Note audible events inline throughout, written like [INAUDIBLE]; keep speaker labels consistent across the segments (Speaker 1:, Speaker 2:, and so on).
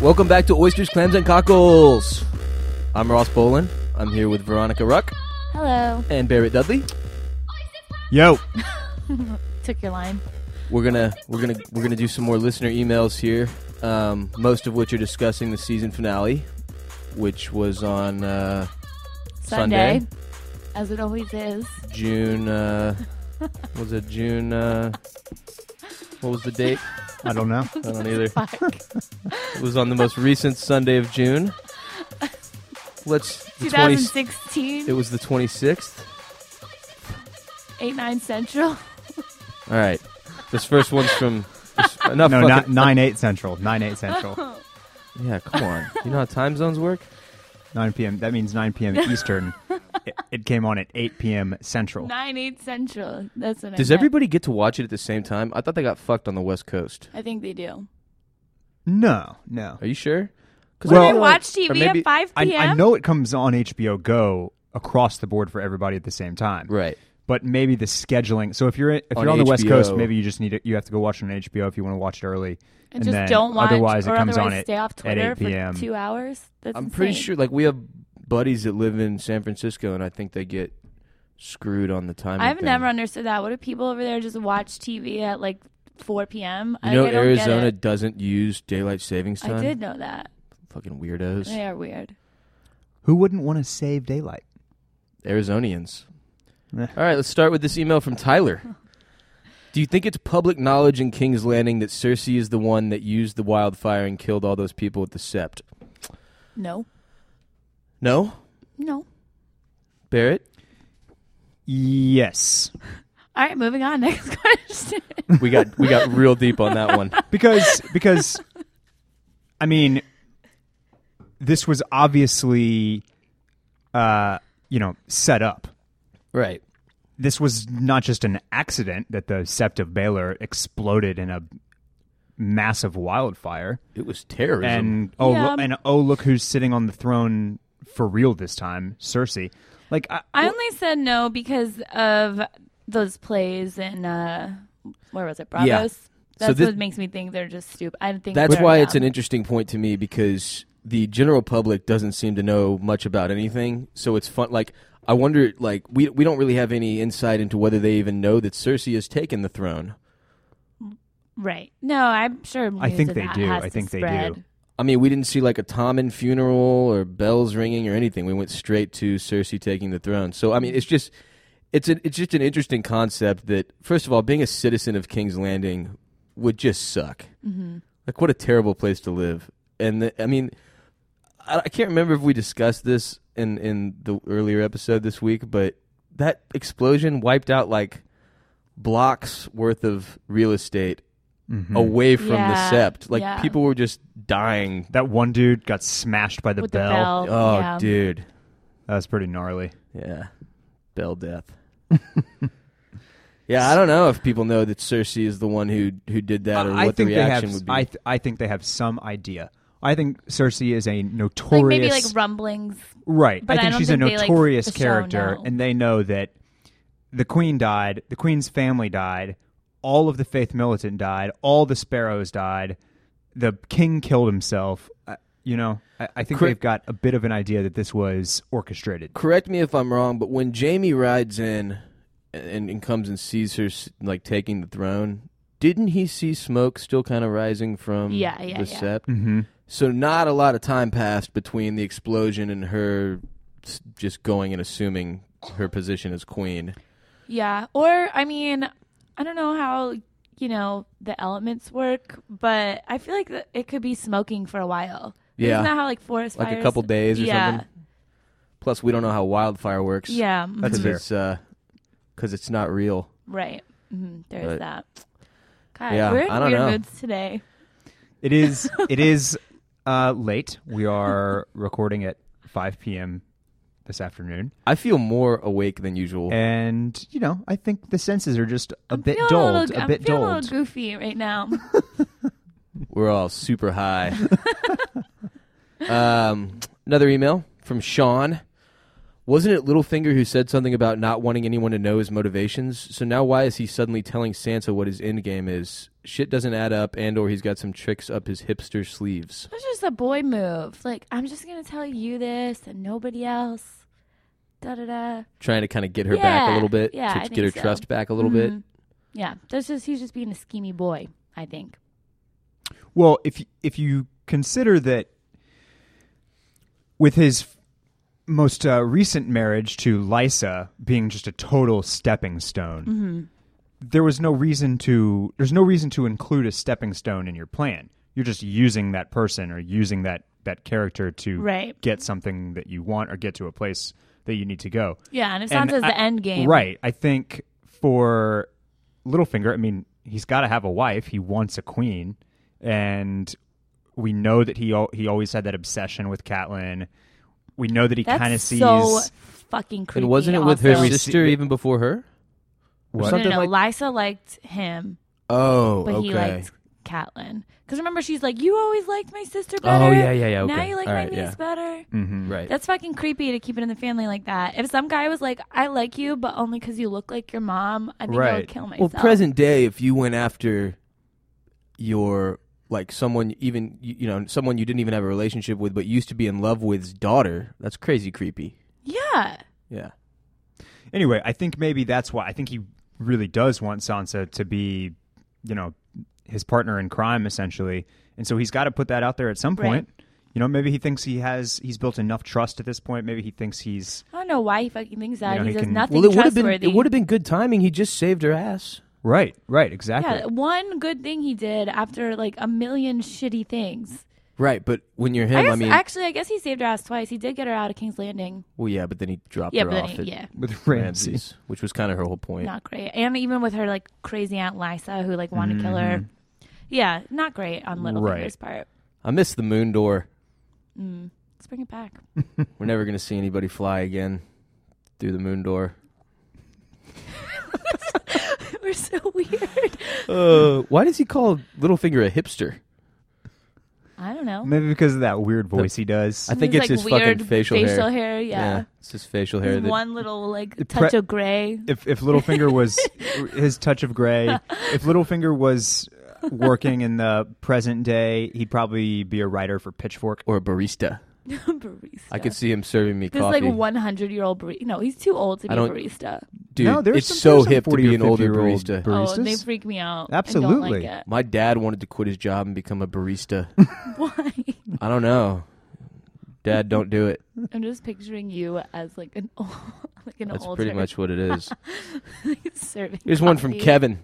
Speaker 1: Welcome back to Oysters, Clams, and Cockles. I'm Ross Bolin. I'm here with Veronica Ruck
Speaker 2: Hello.
Speaker 1: and Barrett Dudley.
Speaker 3: Yo,
Speaker 2: Took your line.
Speaker 1: We're gonna we're gonna we're gonna do some more listener emails here. Um, most of which are discussing the season finale, which was on uh, Sunday.
Speaker 2: As it always is.
Speaker 1: June. Uh, was it June? Uh, what was the date?
Speaker 3: I don't know.
Speaker 1: I don't either.
Speaker 2: Fuck.
Speaker 1: It was on the most recent Sunday of June. Let's. The 20,
Speaker 2: 2016,
Speaker 1: it was the twenty sixth.
Speaker 2: 8 9 Central. [LAUGHS]
Speaker 1: All right. This first one's from.
Speaker 3: [LAUGHS]
Speaker 1: this- Enough.
Speaker 3: [LAUGHS] No,
Speaker 1: fucking-
Speaker 3: not nine eight central. Nine eight [LAUGHS] central.
Speaker 1: Yeah, come on. You know how time zones work?
Speaker 3: Nine p.m. That means nine p.m. Eastern. it, it came on at eight p.m. Central.
Speaker 2: 9 8 Central. That's what I
Speaker 1: Does
Speaker 2: meant.
Speaker 1: everybody get to watch it at the same time? I thought they got fucked on the West Coast.
Speaker 2: I think they do.
Speaker 3: No, no.
Speaker 1: Are you sure? 'Cause
Speaker 3: Well-
Speaker 1: I
Speaker 2: I
Speaker 1: feel
Speaker 2: watch
Speaker 1: like- or
Speaker 2: TV
Speaker 1: maybe-
Speaker 2: at 5
Speaker 3: I,
Speaker 2: p.m.
Speaker 3: I know it comes on HBO Go across the board for everybody at the same time.
Speaker 1: Right.
Speaker 3: But maybe the scheduling. So if you're if
Speaker 1: On
Speaker 3: you're on the West
Speaker 1: HBO.
Speaker 3: Coast, maybe you just need to, you have to go watch it on HBO if you want to watch it early.
Speaker 2: And just
Speaker 3: then
Speaker 2: don't watch
Speaker 3: Otherwise,
Speaker 2: or
Speaker 3: it comes
Speaker 2: otherwise
Speaker 3: on
Speaker 2: stay
Speaker 3: at,
Speaker 2: off Twitter
Speaker 3: at eight p.m.
Speaker 2: for two hours. That's
Speaker 1: I'm pretty
Speaker 2: insane.
Speaker 1: sure. Like we have buddies that live in San Francisco, and I think they get screwed on the time.
Speaker 2: I've never understood that. What do people over there just watch TV at like 4 p.m.?
Speaker 1: You know,
Speaker 2: I, I don't get
Speaker 1: Arizona
Speaker 2: it.
Speaker 1: doesn't use daylight savings time.
Speaker 2: I did know that.
Speaker 1: Fucking weirdos.
Speaker 2: They are weird.
Speaker 3: Who wouldn't want to save daylight?
Speaker 1: Arizonians.
Speaker 3: Eh.
Speaker 1: All right, let's start with this email from Tyler. Do you think it's public knowledge in King's Landing that Cersei is the one that used the wildfire and killed all those people at the Sept?
Speaker 2: No.
Speaker 1: No?
Speaker 2: No.
Speaker 1: Barrett?
Speaker 3: Yes,
Speaker 2: All right, moving on. [LAUGHS] Next question.
Speaker 1: We got we got real deep on that one.
Speaker 3: because because I mean, this was obviously, uh, you know, set up.
Speaker 1: Right.
Speaker 3: This was not just an accident that the Sept of Baylor exploded in a massive wildfire.
Speaker 1: It was terrorism.
Speaker 3: and oh
Speaker 2: Yeah.
Speaker 3: lo- and oh look who's sitting on the throne for real this time cersei like I,
Speaker 2: I only said no because of those plays and uh, where was it? Bravos.
Speaker 1: Yeah. So
Speaker 2: That's
Speaker 1: thi-
Speaker 2: what makes me think they're just stupid. I think
Speaker 1: That's
Speaker 2: they're
Speaker 1: why it's an
Speaker 2: dumb.
Speaker 1: interesting point to me because the general public doesn't seem to know much about anything. So it's fun. Like I wonder, like we we don't really have any insight into whether they even know that Cersei has taken the throne.
Speaker 2: right. No, I'm sure.
Speaker 3: I
Speaker 2: news
Speaker 3: think
Speaker 2: of
Speaker 3: they
Speaker 2: that
Speaker 3: do.
Speaker 2: has
Speaker 3: I
Speaker 2: to
Speaker 3: think they
Speaker 2: spread.
Speaker 3: do.
Speaker 1: I mean, we didn't see like a Tommen funeral or bells ringing or anything. We went straight to Cersei taking the throne. So I mean, it's just it's an, it's just an interesting concept that first of all, being a citizen of King's Landing would just suck.
Speaker 2: Mm-hmm.
Speaker 1: Like what a terrible place to live. And the, I mean, I, I can't remember if we discussed this in in the earlier episode this week, but that explosion wiped out like blocks worth of real estate away from
Speaker 2: Yeah,
Speaker 1: the sept. Like
Speaker 2: yeah.
Speaker 1: people were just dying
Speaker 3: that one dude got smashed by the
Speaker 2: With
Speaker 3: bell.
Speaker 2: the bell.
Speaker 1: Oh,
Speaker 2: yeah.
Speaker 1: dude.
Speaker 3: that was pretty gnarly
Speaker 1: Yeah. Bell death.
Speaker 3: [LAUGHS]
Speaker 1: yeah, I don't know if people know that Cersei is the one who who did that or
Speaker 3: I,
Speaker 1: what
Speaker 3: think
Speaker 1: the
Speaker 3: they have
Speaker 1: reaction would be.
Speaker 3: I, th- I think they have some idea i think cersei is a
Speaker 2: Like
Speaker 3: notorious
Speaker 2: maybe like rumblings.
Speaker 3: right
Speaker 2: but
Speaker 3: i
Speaker 2: I
Speaker 3: think
Speaker 2: don't
Speaker 3: she's
Speaker 2: think
Speaker 3: a
Speaker 2: they, like,
Speaker 3: notorious
Speaker 2: for show
Speaker 3: character
Speaker 2: know.
Speaker 3: and they know that the queen died the queen's family died all of the faith militant died all the sparrows died the king killed himself uh, you know I, I think
Speaker 1: Cri-
Speaker 3: they've got a bit of an idea that this was orchestrated
Speaker 1: Correct me if I'm wrong, but when Jamie rides in and, and comes and sees her s- like taking the throne, didn't he see smoke still kind of rising from
Speaker 2: Yeah, yeah,
Speaker 1: the
Speaker 2: yeah.
Speaker 1: sept?
Speaker 3: Mm-hmm.
Speaker 1: So not a lot of time passed between the explosion and her s- just going and assuming her position as queen.
Speaker 2: Yeah. Or I mean, I don't know how you know the elements work, but I feel like th- it could be smoking for a while.
Speaker 1: Yeah.
Speaker 2: Isn't that how like forest
Speaker 1: like a
Speaker 2: fires-
Speaker 1: couple days or
Speaker 2: yeah.
Speaker 1: something. Plus, we don't know how wildfire works.
Speaker 2: Yeah. mhm,
Speaker 3: That's
Speaker 1: because
Speaker 3: fair.
Speaker 1: it's because it's not real.
Speaker 2: Right. Mhm, There's
Speaker 1: But-
Speaker 2: that. God,
Speaker 1: Yeah,
Speaker 2: we're in
Speaker 1: I don't
Speaker 2: weird
Speaker 1: know.
Speaker 2: moods today.
Speaker 3: It is.
Speaker 1: [LAUGHS]
Speaker 3: It is uh, late. We are recording at 5 p.m. this afternoon,
Speaker 1: I feel more awake than usual.
Speaker 3: and you know, I think the senses are just a
Speaker 2: I'm
Speaker 3: bit
Speaker 2: feeling
Speaker 3: dulled.
Speaker 2: A, little,
Speaker 3: a
Speaker 2: I'm
Speaker 3: bit
Speaker 2: feeling
Speaker 3: dulled.
Speaker 2: a little goofy right now.
Speaker 1: We're all super
Speaker 2: [LAUGHS]
Speaker 1: high. um, another email from Sean. Wasn't it Littlefinger who said something about not wanting anyone to know his motivations? So now why is he suddenly telling Sansa what his end game is? Shit doesn't add up and or he's got some tricks up his hipster sleeves.
Speaker 2: That's just a boy move. Like I'm just gonna tell you this and nobody else. Da da da.
Speaker 1: Trying to kind of get her back a
Speaker 2: Yeah,
Speaker 1: little bit
Speaker 2: yeah, I
Speaker 1: to get
Speaker 2: think
Speaker 1: her
Speaker 2: so.
Speaker 1: trust back a little bit.
Speaker 2: Mhm. Yeah, that's just he's just being a schemy boy. I think.
Speaker 3: Well, if y- if you consider that with his f- most uh, recent marriage to Lysa being just a total stepping stone,
Speaker 2: Mm-hmm.
Speaker 3: there was no reason to there's no reason to include a stepping stone in your plan. You're just using that person or using that that character to
Speaker 2: Right.
Speaker 3: get something that you want or get to a place that you need to go.
Speaker 2: Yeah, and if
Speaker 3: And
Speaker 2: Sansa's
Speaker 3: I-
Speaker 2: the end game,
Speaker 3: Right. I think for Littlefinger, I mean, he's got to have a wife. He wants a queen, and we know that he al- he always had that obsession with Catelyn. We know that he
Speaker 2: That's
Speaker 3: kind of sees
Speaker 2: so fucking creepy.
Speaker 1: And wasn't it with her
Speaker 2: also.
Speaker 3: We see-
Speaker 1: sister even before her?
Speaker 3: What?
Speaker 2: No, no,
Speaker 1: something
Speaker 2: no.
Speaker 1: like-
Speaker 2: Lysa liked him,
Speaker 1: Oh,
Speaker 2: but
Speaker 1: okay.
Speaker 2: he liked Catelyn. Because remember, she's like, "You always liked my sister better.
Speaker 1: Oh, yeah, yeah, yeah,
Speaker 2: Now
Speaker 1: okay.
Speaker 2: you like
Speaker 1: All
Speaker 2: my
Speaker 1: right,
Speaker 2: niece
Speaker 1: yeah.
Speaker 2: better."
Speaker 3: Mhm.
Speaker 1: right.
Speaker 2: That's fucking creepy to keep it in the family like that. If some guy was like, "I like you, but only because you look like your mom," I think I
Speaker 3: Right.
Speaker 2: would kill
Speaker 1: Well,
Speaker 2: myself.
Speaker 1: present day, if you went after your like someone even you you know someone you didn't even have a relationship with but used to be in love with's daughter, that's crazy creepy.
Speaker 2: yeah,
Speaker 1: Yeah.
Speaker 3: Anyway, I think maybe that's why. I think he really does want Sansa to be, you know, his partner in crime essentially, and so he's got to put that out there at some
Speaker 2: Right.
Speaker 3: point. You know, maybe he thinks he has he's built enough trust at this point. Maybe he thinks he's
Speaker 2: I don't know why he fucking thinks that.
Speaker 3: You know,
Speaker 2: he,
Speaker 3: he
Speaker 2: does
Speaker 3: can-
Speaker 2: nothing
Speaker 1: well, it would have been
Speaker 2: trustworthy.
Speaker 1: it would have been good timing. He just saved her ass.
Speaker 3: right. Right. Exactly.
Speaker 2: yeah, one good thing he did after like a million shitty things.
Speaker 1: Right, but when you're him,
Speaker 2: I
Speaker 1: I,
Speaker 2: guess
Speaker 1: mean,
Speaker 2: actually, I guess he saved her ass twice. He did get her out of King's Landing.
Speaker 1: well, yeah, but then he dropped
Speaker 2: Yeah,
Speaker 1: her
Speaker 2: but then
Speaker 1: off
Speaker 2: he-
Speaker 1: at
Speaker 2: yeah.
Speaker 3: With Ramsey.
Speaker 1: Ramses, which was kind of her whole point.
Speaker 2: Not great. And even with her like crazy aunt Lysa who like wanted to kill her.
Speaker 1: Mm-hmm.
Speaker 2: Yeah, not great on Littlefinger's
Speaker 3: Right.
Speaker 2: part.
Speaker 1: I miss the moon door.
Speaker 2: Let's bring it back. [LAUGHS]
Speaker 1: We're never gonna see anybody fly again through the moon door.
Speaker 2: We're so weird.
Speaker 1: Uh, why does he call Littlefinger a hipster?
Speaker 2: I don't know.
Speaker 3: Maybe because of that weird voice he does.
Speaker 1: I think
Speaker 2: His,
Speaker 1: it's his
Speaker 2: like, weird
Speaker 1: fucking facial, hair.
Speaker 2: yeah.
Speaker 1: it's his facial hair.
Speaker 2: His
Speaker 1: That,
Speaker 2: one little like
Speaker 3: It
Speaker 2: touch
Speaker 3: pre-
Speaker 2: of gray. [LAUGHS]
Speaker 3: if if Littlefinger
Speaker 1: [LAUGHS]
Speaker 3: was his touch of gray, if Littlefinger was working in the present day, he'd probably be a writer for Pitchfork.
Speaker 1: or a barista.
Speaker 2: barista.
Speaker 1: I could see him serving me
Speaker 2: This
Speaker 1: coffee.
Speaker 2: like 100 year old barista. No, he's too old to be
Speaker 1: I
Speaker 2: a
Speaker 1: don't-
Speaker 2: barista.
Speaker 1: Dude,
Speaker 3: no, there's
Speaker 1: it's
Speaker 3: some,
Speaker 1: so
Speaker 3: there's some
Speaker 1: hip to
Speaker 3: 40
Speaker 1: be
Speaker 3: or
Speaker 1: an older
Speaker 3: 50-year-old
Speaker 1: barista.
Speaker 2: Oh, and they freak me out.
Speaker 3: Absolutely.
Speaker 2: I
Speaker 1: My dad wanted to quit his job and become a [LAUGHS] barista.
Speaker 2: don't like it. [LAUGHS] Why?
Speaker 1: I don't know. Dad, don't do it.
Speaker 2: I'm just picturing you as like an [LAUGHS] old, like an
Speaker 1: That's
Speaker 2: old
Speaker 1: pretty much what it is.
Speaker 2: [LAUGHS] serving.
Speaker 1: Here's one from
Speaker 2: coffee.
Speaker 1: Kevin.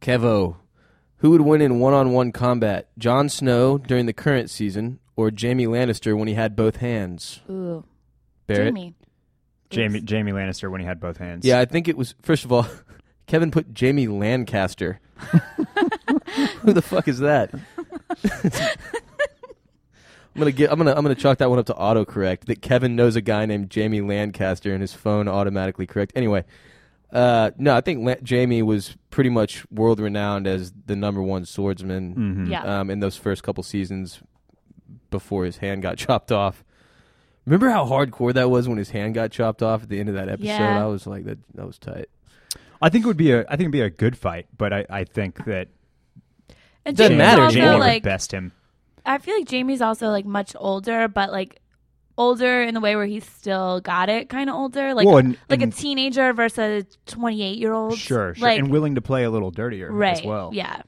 Speaker 1: Kevo. Who would win in one on one combat? Jon Snow during the current season or Jamie Lannister when he had both hands?
Speaker 2: Ooh,
Speaker 1: Barrett?
Speaker 2: Jamie.
Speaker 3: Jamie
Speaker 2: Oops.
Speaker 3: Jamie Lannister when he had both hands.
Speaker 1: Yeah, I think it was. First of all, [LAUGHS] Kevin put Jamie Lancaster. [LAUGHS] Who the fuck is that? [LAUGHS] I'm gonna get. I'm gonna. I'm gonna chalk that one up to autocorrect. That Kevin knows a guy named Jamie Lancaster, and his phone automatically correct. Anyway, uh, no, I think La- Jamie was pretty much world renowned as the number one swordsman
Speaker 3: Mhm.
Speaker 2: Yeah.
Speaker 1: um, in those first couple seasons before his hand got [LAUGHS] chopped off. Remember how hardcore that was when his hand got chopped off at the end of that episode?
Speaker 2: Yeah.
Speaker 1: I was like, that that was tight.
Speaker 3: I think it would be a I think it'd be a good fight, but I, I think that
Speaker 2: And
Speaker 1: Doesn't
Speaker 2: Jamie's
Speaker 1: matter
Speaker 2: Also,
Speaker 1: anymore.
Speaker 3: Jamie
Speaker 2: like,
Speaker 3: would best him.
Speaker 2: I feel like Jamie's also like much older, but like older in the way where he's still got it, kind of older, like
Speaker 3: Well, and-
Speaker 2: like
Speaker 3: and-
Speaker 2: a teenager versus a twenty eight year old.
Speaker 3: Sure, sure.
Speaker 2: Like,
Speaker 3: and willing to play a little dirtier
Speaker 2: right.
Speaker 3: as well.
Speaker 2: Yeah,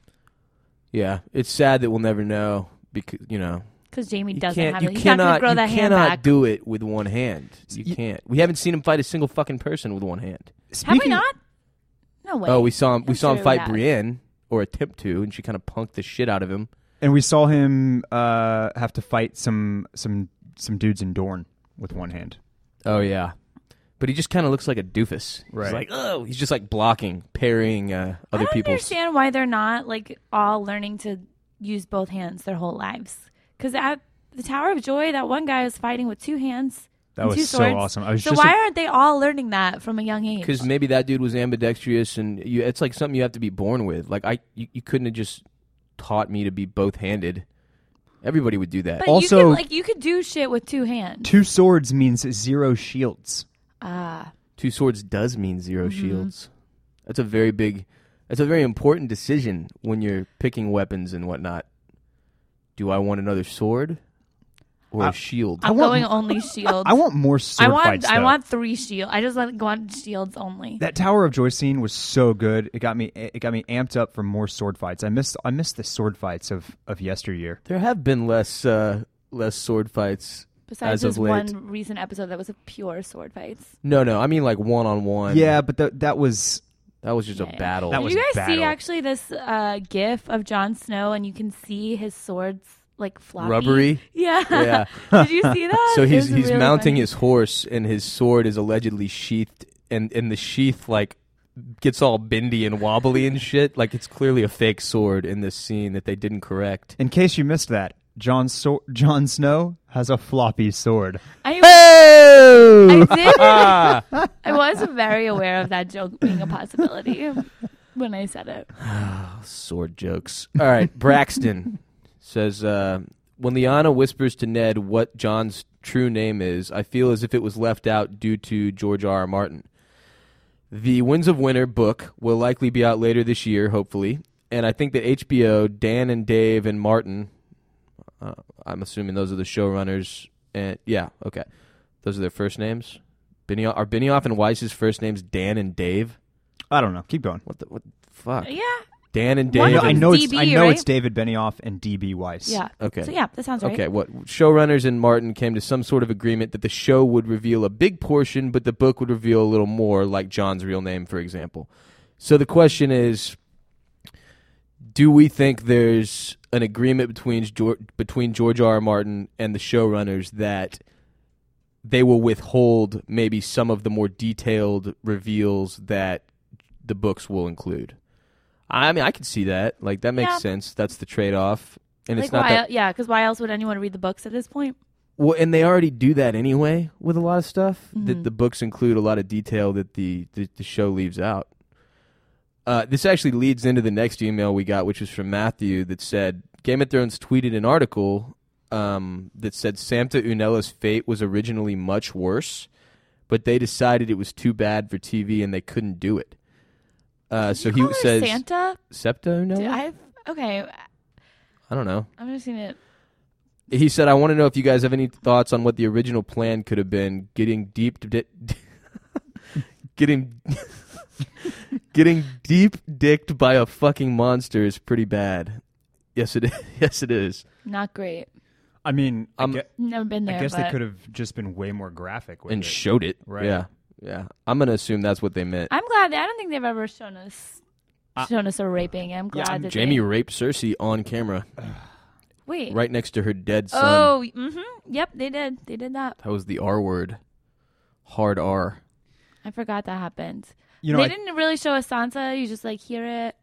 Speaker 1: Yeah, it's sad that we'll never know because you know
Speaker 2: because Jamie
Speaker 1: you
Speaker 2: doesn't
Speaker 1: can't.
Speaker 2: have
Speaker 1: you
Speaker 2: it. He's
Speaker 1: cannot.
Speaker 2: not gonna grow
Speaker 1: you
Speaker 2: that hand
Speaker 1: cannot
Speaker 2: back.
Speaker 1: do it with one hand. You
Speaker 3: Y-
Speaker 1: can't. We haven't seen him fight a single fucking person with one hand.
Speaker 2: have we
Speaker 3: Speaking-
Speaker 2: not? No way.
Speaker 1: oh, we saw him. We
Speaker 2: I'm
Speaker 1: saw him
Speaker 2: sure we
Speaker 1: fight
Speaker 2: have.
Speaker 1: Brienne or attempt to, and she kind of punked the shit out of him.
Speaker 3: And we saw him uh, have to fight some some some dudes in Dorne with one hand.
Speaker 1: Oh yeah, but he just kind of looks like a doofus. He's
Speaker 3: Right.
Speaker 1: like oh, he's just like blocking, parrying uh,
Speaker 2: I
Speaker 1: other
Speaker 2: don't
Speaker 1: people's.
Speaker 2: understand why they're not like all learning to use both hands their whole lives. Because at the Tower of Joy, that one guy was fighting with two hands.
Speaker 3: That
Speaker 2: and
Speaker 3: was
Speaker 2: two
Speaker 3: so
Speaker 2: swords.
Speaker 3: awesome. I was
Speaker 2: so
Speaker 3: just
Speaker 2: why aren't they all learning that from a young age?
Speaker 1: Because maybe that dude was ambidextrous, and you, it's like something you have to be born with. Like I, you, you couldn't have just taught me to be both-handed. Everybody would do that.
Speaker 2: but
Speaker 3: also-
Speaker 2: you can, like you could do shit with two hands.
Speaker 3: Two swords means zero shields.
Speaker 2: Ah,
Speaker 1: Two swords does mean 0
Speaker 3: Mm-hmm.
Speaker 1: shields. That's a very big. That's a very important decision when you're picking weapons and whatnot. Do I want another sword or a
Speaker 3: I-
Speaker 1: shield?
Speaker 2: I'm
Speaker 3: want-
Speaker 2: going only shields.
Speaker 3: I want more sword
Speaker 2: I want
Speaker 3: fights.
Speaker 2: I
Speaker 3: though.
Speaker 2: want three shield. I just like want shields only.
Speaker 3: that Tower of Joy scene was so good. It got me. It got me amped up for more sword fights. I missed. I missed the sword fights of of yesteryear.
Speaker 1: there have been less uh, less sword fights. as
Speaker 2: Besides
Speaker 1: of
Speaker 2: this
Speaker 1: late.
Speaker 2: one recent episode that was a pure sword fights.
Speaker 1: No, no, I mean like one on one.
Speaker 3: Yeah, but th- that was
Speaker 1: that was just
Speaker 2: Yeah,
Speaker 1: a
Speaker 2: yeah.
Speaker 1: battle.
Speaker 3: That
Speaker 2: Did
Speaker 3: was
Speaker 2: you guys
Speaker 3: battle.
Speaker 2: see actually this uh, GIF of Jon Snow and you can see his swords like floppy?
Speaker 1: rubbery.
Speaker 2: Yeah.
Speaker 1: Yeah.
Speaker 2: [LAUGHS] Did you see that?
Speaker 1: So
Speaker 2: It
Speaker 1: he's
Speaker 2: was
Speaker 1: he's
Speaker 2: really
Speaker 1: mounting
Speaker 2: funny.
Speaker 1: his horse, and his sword is allegedly sheathed, and and the sheath like gets all bendy and wobbly and shit. Like it's clearly a fake sword in this scene that they didn't correct.
Speaker 3: In case you missed that, John so- John Snow has a floppy sword.
Speaker 1: [LAUGHS]
Speaker 2: I,
Speaker 1: Oh!
Speaker 2: I did.
Speaker 1: [LAUGHS]
Speaker 2: I was very aware of that joke being a possibility when I said it.
Speaker 1: sword jokes. All right, Braxton says uh, when Liana whispers to Ned what John's true name is, I feel as if it was left out due to George R. R. Martin. The Winds of Winter book will likely be out later this year, hopefully, and I think that HBO, Dan and Dave and Martin, uh, I'm assuming those are the showrunners, and yeah, okay, those are their first names. Benioff, are Benioff and Weiss's first names Dan and Dave?
Speaker 3: I don't know. Keep going.
Speaker 1: What the what? the Fuck,
Speaker 2: Yeah.
Speaker 1: Dan and
Speaker 2: One
Speaker 1: Dave.
Speaker 3: I know,
Speaker 1: and-
Speaker 2: of
Speaker 3: I
Speaker 2: them's
Speaker 3: know, it's,
Speaker 2: DB,
Speaker 3: I know
Speaker 2: right?
Speaker 3: it's David Benioff and DB Weiss.
Speaker 2: Yeah.
Speaker 1: Okay.
Speaker 2: So yeah, that sounds right.
Speaker 1: Okay, what showrunners and Martin came to some sort of agreement that the show would reveal a big portion, but the book would reveal a little more, like John's real name, for example. So the question is, do we think there's an agreement between George, between George R. R. Martin and the showrunners that they will withhold maybe some of the more detailed reveals that the books will include? I mean, I could see that. Like that makes
Speaker 2: Yeah.
Speaker 1: sense. That's the trade-off, and
Speaker 2: Like
Speaker 1: it's not
Speaker 2: why?
Speaker 1: that
Speaker 2: Yeah, because why else would anyone read the books at this point?
Speaker 1: well, and they already do that anyway with a lot of stuff.
Speaker 2: Mhm.
Speaker 1: That the books include a lot of detail that the, the, the show leaves out. Uh, this actually leads into the next email we got, which was from Matthew that said Game of Thrones tweeted an article um, that said Samta Unella's fate was originally much worse, but they decided it was too bad for TV and they couldn't do it. Uh, so
Speaker 2: You
Speaker 1: he
Speaker 2: call her
Speaker 1: says
Speaker 2: Santa.
Speaker 1: Septa Unella.
Speaker 2: Dude,
Speaker 1: I,
Speaker 2: I've, okay,
Speaker 1: don't know.
Speaker 2: I'm just gonna.
Speaker 1: He said, "I want to know if you guys have any thoughts on what the original plan could have been. Getting deep, di- [LAUGHS] getting, [LAUGHS] getting deep dicked by a fucking monster is pretty bad. Yes, it is. [LAUGHS] Yes, it is.
Speaker 2: Not great.
Speaker 3: I mean, I
Speaker 1: Um,
Speaker 3: gue-
Speaker 2: Never been
Speaker 3: I
Speaker 2: there.
Speaker 3: guess
Speaker 2: but
Speaker 3: they could have just been way more graphic with
Speaker 1: And
Speaker 3: it.
Speaker 1: showed it.
Speaker 3: Right.
Speaker 1: Yeah, yeah. I'm gonna assume that's what they meant.
Speaker 2: I'm glad. That, I don't think they've ever shown us
Speaker 3: Uh,
Speaker 2: shown us a raping. I'm glad that
Speaker 1: Jamie
Speaker 2: They,
Speaker 1: raped Cersei on camera,
Speaker 2: wait.
Speaker 1: right next to her dead son.
Speaker 2: Oh. Mm-hmm. Yep. They did. They did that.
Speaker 1: That was the R word. Hard R.
Speaker 2: I forgot that happened.
Speaker 3: you know,
Speaker 2: they
Speaker 3: I-
Speaker 2: didn't really show us Sansa. You just like hear it.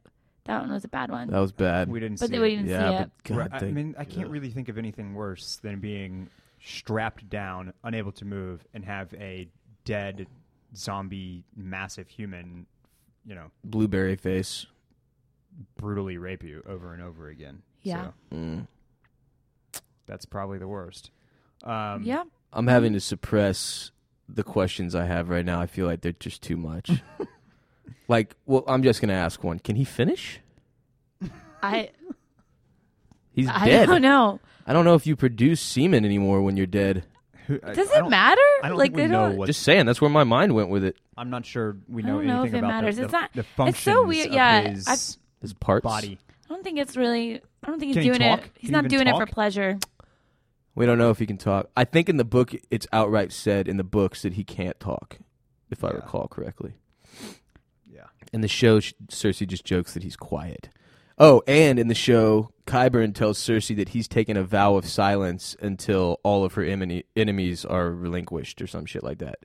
Speaker 2: That one was a bad one.
Speaker 1: That was bad.
Speaker 3: we didn't.
Speaker 2: but
Speaker 3: see
Speaker 2: they
Speaker 3: it.
Speaker 2: we didn't see
Speaker 1: yeah,
Speaker 2: it.
Speaker 1: but God,
Speaker 3: Right, I
Speaker 1: they-
Speaker 3: mean, I can't
Speaker 1: ugh.
Speaker 3: really think of anything worse than being strapped down, unable to move, and have a dead zombie, massive human, you know,
Speaker 1: blueberry face.
Speaker 3: brutally rape you over and over again.
Speaker 2: Yeah.
Speaker 3: So
Speaker 1: Mm.
Speaker 3: that's probably the worst. Um,
Speaker 2: yeah.
Speaker 1: I'm having to suppress the questions I have right now. I feel like they're just too
Speaker 3: [LAUGHS]
Speaker 1: much. like, well, I'm just gonna ask one. Can he finish?
Speaker 2: I
Speaker 1: He's
Speaker 2: I
Speaker 1: dead.
Speaker 2: don't know.
Speaker 1: I don't know if you produce semen anymore when you're dead.
Speaker 3: Who- I-
Speaker 2: Does
Speaker 3: I
Speaker 2: it
Speaker 3: don't-
Speaker 2: matter?
Speaker 3: I don't
Speaker 2: like
Speaker 3: think we
Speaker 2: they
Speaker 3: know
Speaker 2: don't.
Speaker 3: what.
Speaker 1: Just saying. That's where my mind went with it.
Speaker 3: I'm not sure we
Speaker 2: I
Speaker 3: know
Speaker 2: don't know
Speaker 3: anything
Speaker 2: if it
Speaker 3: about the-
Speaker 2: matters.
Speaker 3: The,
Speaker 2: It's not-
Speaker 3: the
Speaker 2: it's so
Speaker 3: functions
Speaker 2: weird.
Speaker 3: of
Speaker 2: Yeah,
Speaker 3: his
Speaker 2: I've-
Speaker 1: His parts.
Speaker 3: body.
Speaker 2: I don't think it's really. I don't think he's
Speaker 3: Can he
Speaker 2: doing it.
Speaker 3: talk?
Speaker 2: He's
Speaker 3: Can he
Speaker 2: not
Speaker 3: even
Speaker 2: doing it for
Speaker 3: talk?
Speaker 2: pleasure.
Speaker 1: We don't know if he can talk. I think in the book, it's outright said in the books that he can't talk, if I
Speaker 3: Yeah.
Speaker 1: recall correctly.
Speaker 3: Yeah.
Speaker 1: In the show, sh- Cersei just jokes that he's quiet. Oh, and in the show, Kyburn tells Cersei that he's taken a vow of silence until all of her emini- enemies are relinquished or some shit like that.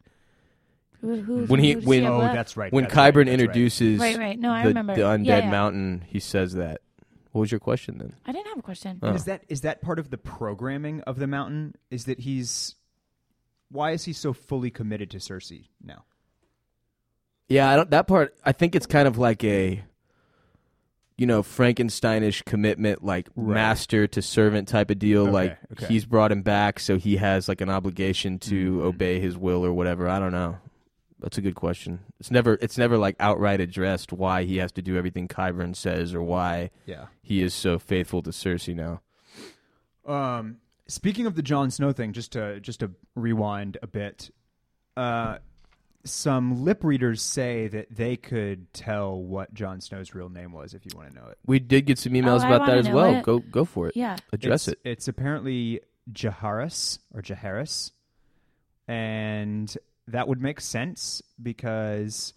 Speaker 2: Who, who,
Speaker 1: When he-
Speaker 2: who does
Speaker 1: when-
Speaker 2: have
Speaker 3: Oh,
Speaker 2: left?
Speaker 3: that's right.
Speaker 1: When
Speaker 3: that's right,
Speaker 1: Kyburn
Speaker 3: that's right.
Speaker 1: introduces
Speaker 2: right, right. No, I
Speaker 1: the,
Speaker 2: remember
Speaker 1: the undead
Speaker 2: Yeah, yeah.
Speaker 1: mountain, he says that. What was your question then?
Speaker 2: I didn't have a question.
Speaker 1: Oh.
Speaker 3: Is that is that part of the programming of the mountain? Is that he's why is he so fully committed to Cersei now?
Speaker 1: Yeah, I don't. That part, I think it's kind of like a, you know, Frankensteinish commitment, like
Speaker 3: Right.
Speaker 1: master to servant type of deal.
Speaker 3: Okay,
Speaker 1: like
Speaker 3: okay. Mm-hmm,
Speaker 1: he's brought him back, so he has like an obligation to obey his will or whatever. I don't know. That's a good question. It's never. It's never like outright addressed why he has to do everything Kyburn says or why
Speaker 3: Yeah.
Speaker 1: he is so faithful to Cersei now.
Speaker 3: Um, speaking of the Jon Snow thing, just to just to rewind a bit, uh, some lip readers say that they could tell what Jon Snow's real name was if you want to know it.
Speaker 1: We did get some emails
Speaker 2: Oh, I
Speaker 1: about that
Speaker 2: wanna
Speaker 1: as
Speaker 2: know
Speaker 1: well.
Speaker 2: it.
Speaker 1: Go go for it.
Speaker 2: Yeah.
Speaker 1: Address
Speaker 3: it's,
Speaker 1: it.
Speaker 3: It's apparently Jaharis or Jaharis, and that would make sense because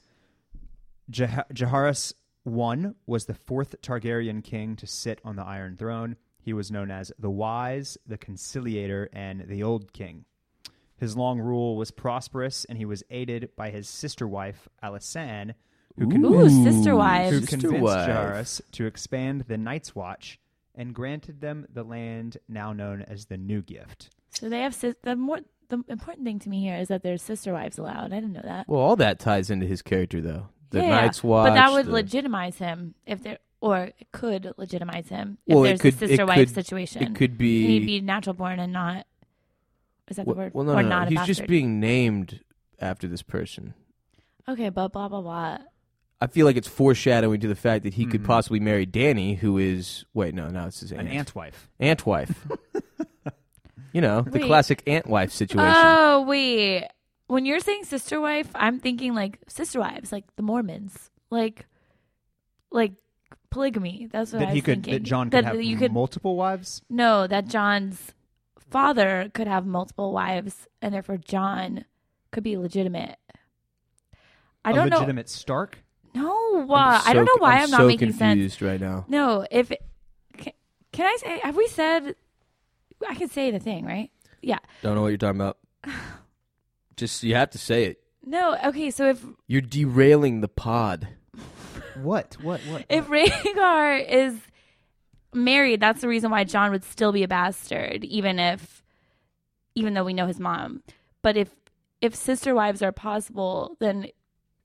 Speaker 3: Jah- Jaharis one was the fourth Targaryen king to sit on the Iron Throne. He was known as the Wise, the Conciliator, and the Old King. His long rule was prosperous, and he was aided by his sister wife Alisan, who convinced
Speaker 2: Ooh, sister wives.
Speaker 3: who
Speaker 1: Sister
Speaker 3: convinced
Speaker 1: wife.
Speaker 3: Jaharis to expand the Night's Watch and granted them the land now known as the New Gift.
Speaker 2: So they have sis- the more the important thing to me here is that there's sister wives allowed. I didn't know that.
Speaker 1: Well, all that ties into his character though. The
Speaker 2: Yeah,
Speaker 1: Night's Watch.
Speaker 2: But that would
Speaker 1: the-
Speaker 2: legitimize him if there, or it could legitimize him if
Speaker 1: Well, it
Speaker 2: there's
Speaker 1: could-
Speaker 2: a
Speaker 1: it
Speaker 2: sister wife
Speaker 1: could-
Speaker 2: situation.
Speaker 1: It could be.
Speaker 2: He'd be natural born and not. Is that the
Speaker 1: Well-
Speaker 2: word?
Speaker 1: Well, no,
Speaker 2: or
Speaker 1: no, no.
Speaker 2: not a
Speaker 1: he's just
Speaker 2: bastard.
Speaker 1: being named after this person.
Speaker 2: Okay, but blah blah blah.
Speaker 1: I feel like it's foreshadowing to the fact that he could
Speaker 3: Mhm.
Speaker 1: possibly marry Danny, who is wait, no, no, it's his
Speaker 3: An
Speaker 1: aunt,
Speaker 3: ant wife.
Speaker 1: Ant
Speaker 3: [LAUGHS]
Speaker 1: wife. you know, the
Speaker 2: Wait.
Speaker 1: classic aunt wife situation.
Speaker 2: Oh wait, when you're saying sister wife, I'm thinking like sister wives, like the Mormons, like, like polygamy. That's what I
Speaker 3: That
Speaker 2: was
Speaker 3: he could, that
Speaker 2: thinking.
Speaker 3: John could
Speaker 2: That
Speaker 3: have
Speaker 2: you could
Speaker 3: multiple wives.
Speaker 2: No, that John's father could have multiple wives, and therefore John could be legitimate. I
Speaker 3: A
Speaker 2: don't know.
Speaker 3: legitimate Stark.
Speaker 2: No,
Speaker 1: I'm
Speaker 2: uh, I don't
Speaker 1: so-
Speaker 2: know why I'm, not
Speaker 1: so
Speaker 2: making sense.
Speaker 1: confused right now.
Speaker 2: No, if can, can I say? Have we said? I can say the thing, right? Yeah.
Speaker 1: Don't know what you're talking
Speaker 2: [SIGHS]
Speaker 1: about. Just you have to say it.
Speaker 2: No. Okay. So if
Speaker 1: You're derailing the pod.
Speaker 3: What? What? What?
Speaker 2: if Rhaegar is married, that's the reason why John would still be a bastard, even if, even though we know his mom. But if if sister wives are possible, then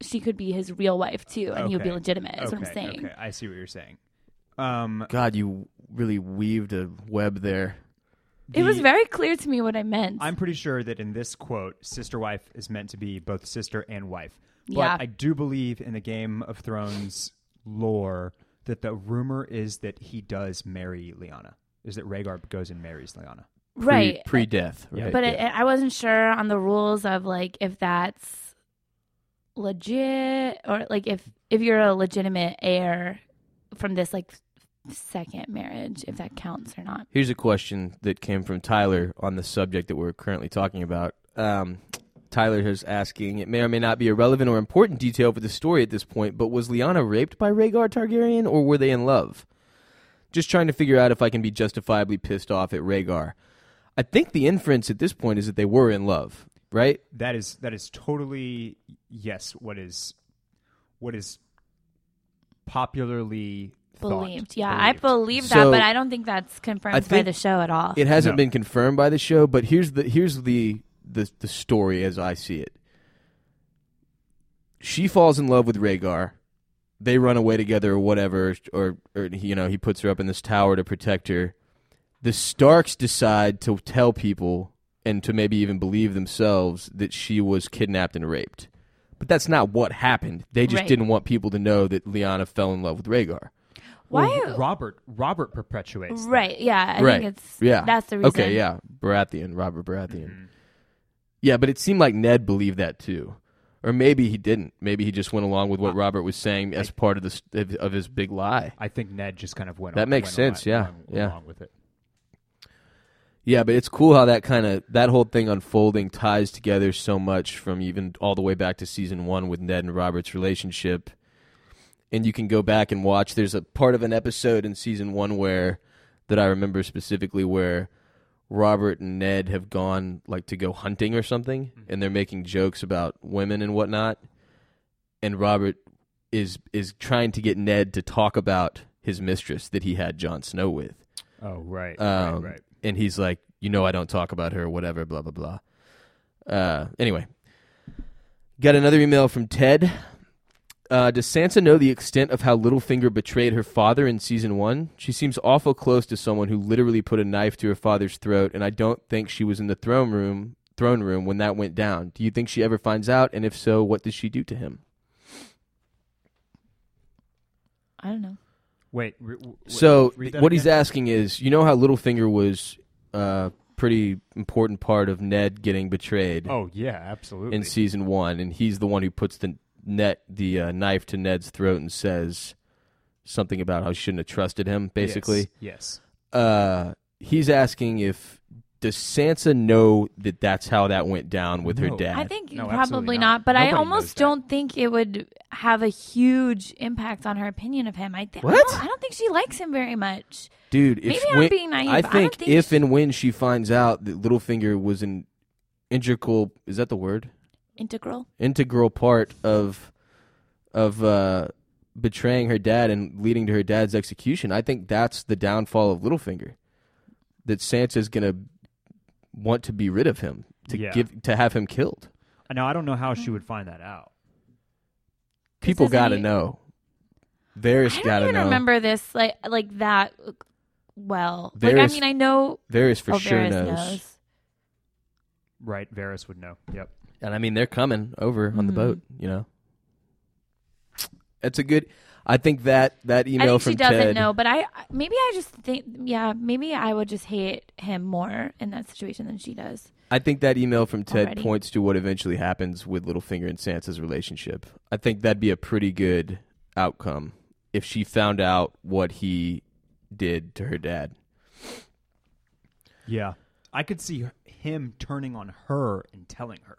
Speaker 2: she could be his real wife too, and he would be
Speaker 3: Okay.
Speaker 2: legitimate. Is
Speaker 3: okay,
Speaker 2: what I'm saying.
Speaker 3: okay, I see what you're saying. Um,
Speaker 1: God, you really weaved a web there.
Speaker 2: It was
Speaker 3: the-
Speaker 2: very clear to me what I meant.
Speaker 3: I'm pretty sure that in this quote, sister wife is meant to be both sister and wife. But
Speaker 2: Yeah.
Speaker 3: I do believe in the Game of Thrones lore that the rumor is that he does marry Lyanna. Is that Rhaegar goes and marries Lyanna?
Speaker 1: Pre-
Speaker 2: right.
Speaker 1: pre-death.
Speaker 3: Yeah.
Speaker 1: right,
Speaker 2: but
Speaker 1: yeah.
Speaker 2: it, I wasn't sure on the rules of like if that's legit or like if if you're a legitimate heir from this like second marriage if that counts or not.
Speaker 1: Here's a question that came from Tyler on the subject that we're currently talking about. Um, Tyler is asking, it may or may not be a relevant or important detail for the story at this point, but was Lyanna raped by Rhaegar Targaryen or were they in love? Just trying to figure out if I can be justifiably pissed off at Rhaegar. I think the inference at this point is that they were in love, right?
Speaker 3: That is that is totally yes. What is what is popularly thought,
Speaker 2: Believed. Yeah, I
Speaker 3: believed.
Speaker 2: believe that,
Speaker 1: So-
Speaker 2: but I don't think that's confirmed
Speaker 1: I
Speaker 2: by
Speaker 1: think-
Speaker 2: the show at all.
Speaker 1: It hasn't
Speaker 3: No.
Speaker 1: been confirmed by the show, but here's the here's the, the the story as I see it. She falls in love with Rhaegar. They run away together or whatever, or or you know he puts her up in this tower to protect her. The Starks decide to tell people and to maybe even believe themselves that she was kidnapped and raped. But that's not what happened. They just
Speaker 2: Right.
Speaker 1: didn't want people to know that Lyanna fell in love with Rhaegar.
Speaker 2: Why?
Speaker 3: Well, Robert Robert perpetuates that.
Speaker 2: right. Yeah. I
Speaker 1: right.
Speaker 2: think it's
Speaker 1: yeah.
Speaker 2: that's the reason.
Speaker 1: Okay, yeah, Baratheon, Robert Baratheon. Yeah, but it seemed like Ned believed that too, or maybe he didn't. Maybe he just went along with what Robert was saying as part of this of, of his big lie.
Speaker 3: I think Ned just kind of went.
Speaker 1: That
Speaker 3: on-
Speaker 1: makes
Speaker 3: went on
Speaker 1: sense, yeah,
Speaker 3: along-
Speaker 1: yeah.
Speaker 3: along with it.
Speaker 1: Yeah, but it's cool how that kind of that whole thing unfolding ties together so much from even all the way back to season one with Ned and Robert's relationship. And you can go back and watch. There's a part of an episode in season one where that I remember specifically where Robert and Ned have gone like to go hunting or something, and they're making jokes about women and whatnot. And Robert is is trying to get Ned to talk about his mistress that he had Jon Snow with.
Speaker 3: Oh, right.
Speaker 1: Um,
Speaker 3: right, right.
Speaker 1: And he's like, you know, I don't talk about her, whatever, blah, blah, blah. Uh, anyway, got another email from Ted. Uh, does Sansa know the extent of how Littlefinger betrayed her father in season one? She seems awful close to someone who literally put a knife to her father's throat, and I don't think she was in the throne room throne room when that went down. Do you think she ever finds out? And if so, what did she do to him?
Speaker 2: I don't know.
Speaker 3: Wait. re- w- w-
Speaker 1: So
Speaker 3: read
Speaker 1: th-
Speaker 3: that
Speaker 1: what he's
Speaker 3: again?
Speaker 1: asking is, you know how Littlefinger was a pretty important part of Ned getting betrayed
Speaker 3: Oh, yeah, absolutely.
Speaker 1: in season one, and he's the one who puts the net the uh, knife to Ned's throat and says something about how he shouldn't have trusted him. Basically,
Speaker 3: Yes.
Speaker 1: uh, he's asking if does Sansa know that that's how that went down with her
Speaker 3: No.
Speaker 1: dad?
Speaker 2: I think
Speaker 3: No, absolutely
Speaker 2: probably
Speaker 3: not.
Speaker 2: not. but I
Speaker 3: Nobody knows
Speaker 2: almost
Speaker 3: that.
Speaker 2: don't think it would have a huge impact on her opinion of him. I think I,
Speaker 1: What?
Speaker 2: don't, I don't think she likes him very much.
Speaker 1: Dude, if
Speaker 2: Maybe I'm
Speaker 1: when-
Speaker 2: being naive.
Speaker 1: I
Speaker 2: I don't
Speaker 1: think,
Speaker 2: think
Speaker 1: if
Speaker 2: she-
Speaker 1: and when she finds out that Littlefinger was an integral is that the word?
Speaker 2: Integral.
Speaker 1: integral part of of uh, betraying her dad and leading to her dad's execution. I think that's the downfall of Littlefinger. That Sansa's gonna want to be rid of him to
Speaker 3: Yeah.
Speaker 1: give to have him killed.
Speaker 3: Now, I don't know how she
Speaker 2: Hmm.
Speaker 3: would find that out.
Speaker 2: This
Speaker 1: People
Speaker 2: isn't
Speaker 1: gotta
Speaker 2: even-
Speaker 1: know.
Speaker 2: I
Speaker 1: Varys
Speaker 2: don't
Speaker 1: gotta
Speaker 2: even
Speaker 1: know.
Speaker 2: remember this like like that well. like
Speaker 1: Varys
Speaker 2: I mean, I know
Speaker 1: Varys for
Speaker 2: oh,
Speaker 1: sure
Speaker 2: Varys
Speaker 1: knows.
Speaker 2: knows.
Speaker 3: Right. Varys would know. Yep.
Speaker 1: and I mean they're coming over on the
Speaker 2: Mhm.
Speaker 1: boat. You know, that's a good. I think that that email
Speaker 2: I think
Speaker 1: from
Speaker 2: she doesn't
Speaker 1: Ted.
Speaker 2: know, but I I- maybe I just think yeah, maybe I would just hate him more in that situation than she does.
Speaker 1: I think that email from Ted
Speaker 2: Already.
Speaker 1: points to what eventually happens with Littlefinger and Sansa's relationship. I think that'd be a pretty good outcome if she found out what he did to her dad.
Speaker 3: Yeah. I could see him turning on her and telling her.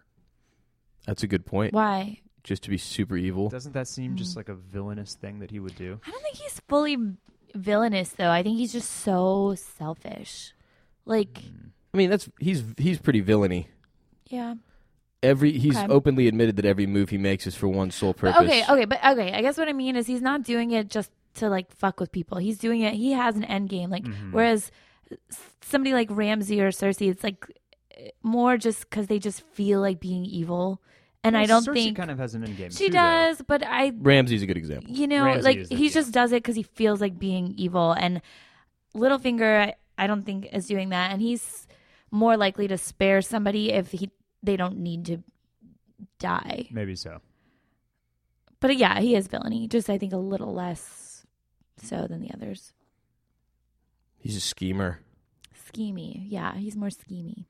Speaker 1: That's a good point.
Speaker 2: Why?
Speaker 1: Just to be super evil.
Speaker 3: Doesn't that seem
Speaker 2: hmm.
Speaker 3: just like a villainous thing that he would do?
Speaker 2: I don't think he's fully villainous though. I think he's just so selfish. Like,
Speaker 1: I mean, that's he's he's pretty villainy.
Speaker 2: yeah.
Speaker 1: Every he's
Speaker 2: Okay.
Speaker 1: openly admitted that every move he makes is for one sole
Speaker 2: But
Speaker 1: purpose.
Speaker 2: okay, okay, but okay. I guess what I mean is he's not doing it just to like fuck with people. He's doing it. He has an end game. Like
Speaker 3: Mm-hmm.
Speaker 2: whereas s- somebody like Ramsey or Cersei, it's like eh, more just because they just feel like being evil. And I don't
Speaker 3: Cersei
Speaker 2: think
Speaker 3: kind of has an end game.
Speaker 2: she
Speaker 3: too, though.
Speaker 2: does. But I
Speaker 1: Ramsey's a good example.
Speaker 2: you know,
Speaker 3: Ramsey
Speaker 2: like
Speaker 3: is the-
Speaker 2: he just does it because he feels like being evil. And Littlefinger, I, I don't think is doing that, and he's more likely to spare somebody if he they don't need to die.
Speaker 3: Maybe so.
Speaker 2: But yeah, he is villainy. Just I think a little less so than the others.
Speaker 1: He's a schemer.
Speaker 2: Schemy, yeah, he's more schemy.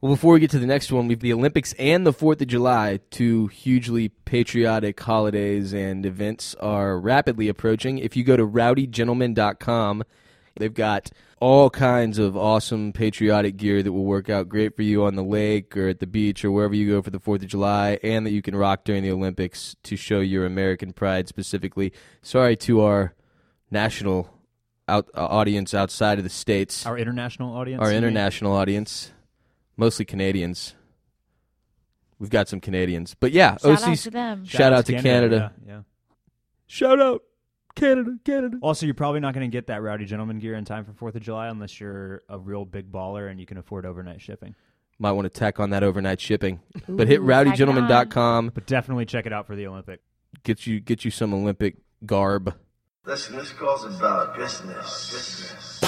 Speaker 1: Well, before we get to the next one, we've the Olympics and the Fourth of July, two hugely patriotic holidays and events, are rapidly approaching. If you go to rowdygentleman.com, they've got all kinds of awesome patriotic gear that will work out great for you on the lake or at the beach or wherever you go for the Fourth of July, and that you can rock during the Olympics to show your American pride specifically. Sorry to our national out, uh, audience outside of the states
Speaker 3: Our international audience.
Speaker 1: our
Speaker 3: you mean?
Speaker 1: international audience, mostly Canadians. We've got some Canadians, but yeah,
Speaker 2: Shout out
Speaker 1: OCC
Speaker 2: to them.
Speaker 1: Shout out to Canada.
Speaker 3: Yeah, yeah.
Speaker 1: Shout out Canada, Canada.
Speaker 3: Also, you're probably not going to get that rowdy gentleman gear in time for Fourth of July unless you're a real big baller and you can afford overnight shipping.
Speaker 1: Might want to tack on that overnight shipping, but
Speaker 2: Ooh,
Speaker 1: hit
Speaker 2: tack on.
Speaker 1: rowdygentleman.com.
Speaker 3: But definitely check it out for the Olympic.
Speaker 1: Get you get you some Olympic garb.
Speaker 4: Listen, this call's about business. Business.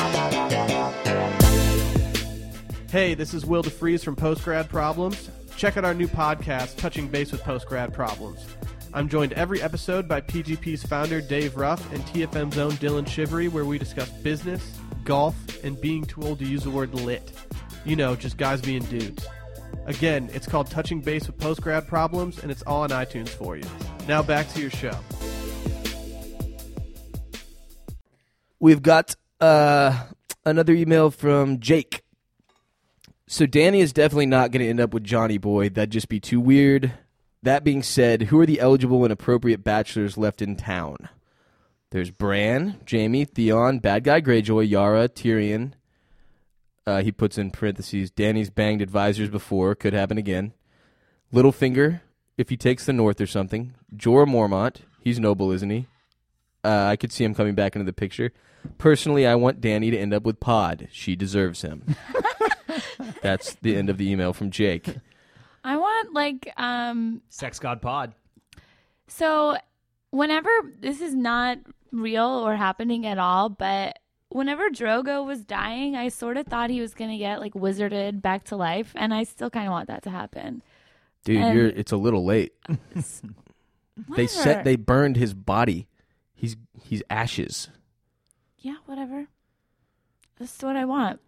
Speaker 5: Hey, this is Will DeFries from Postgrad Problems. Check out our new podcast, Touching Base with Postgrad Problems. I'm joined every episode by PGP's founder Dave Ruff and TFM's own Dylan Shivery, where we discuss business, golf, and being too old to use the word lit. You know, just guys being dudes. Again, it's called Touching Base with Postgrad Problems, and it's all on iTunes for you. Now back to your show.
Speaker 1: We've got uh, another email from Jake. So Danny is definitely not going to end up with Johnny Boy. That'd just be too weird. That being said, who are the eligible and appropriate bachelors left in town? There's Bran, Jamie, Theon, Bad Guy Greyjoy, Yara, Tyrion. Uh, he puts in parentheses Danny's banged advisors before. Could happen again. Littlefinger, if he takes the North or something. Jorah Mormont. He's noble, isn't he? Uh, I could see him coming back into the picture. Personally, I want Danny to end up with Pod. She deserves
Speaker 2: [LAUGHS]
Speaker 1: him. That's the end of the email from Jake.
Speaker 2: I want like um
Speaker 6: Sex God Pod.
Speaker 2: so whenever this is not real or happening at all, but whenever Drogo was dying, I sort of thought he was going to get like wizarded back to life and I still kind of want that to happen.
Speaker 1: Dude,
Speaker 2: And-
Speaker 1: you're it's a little late. They
Speaker 2: Whatever.
Speaker 1: set they burned his body. He's he's ashes.
Speaker 2: Yeah, whatever. That's what I want.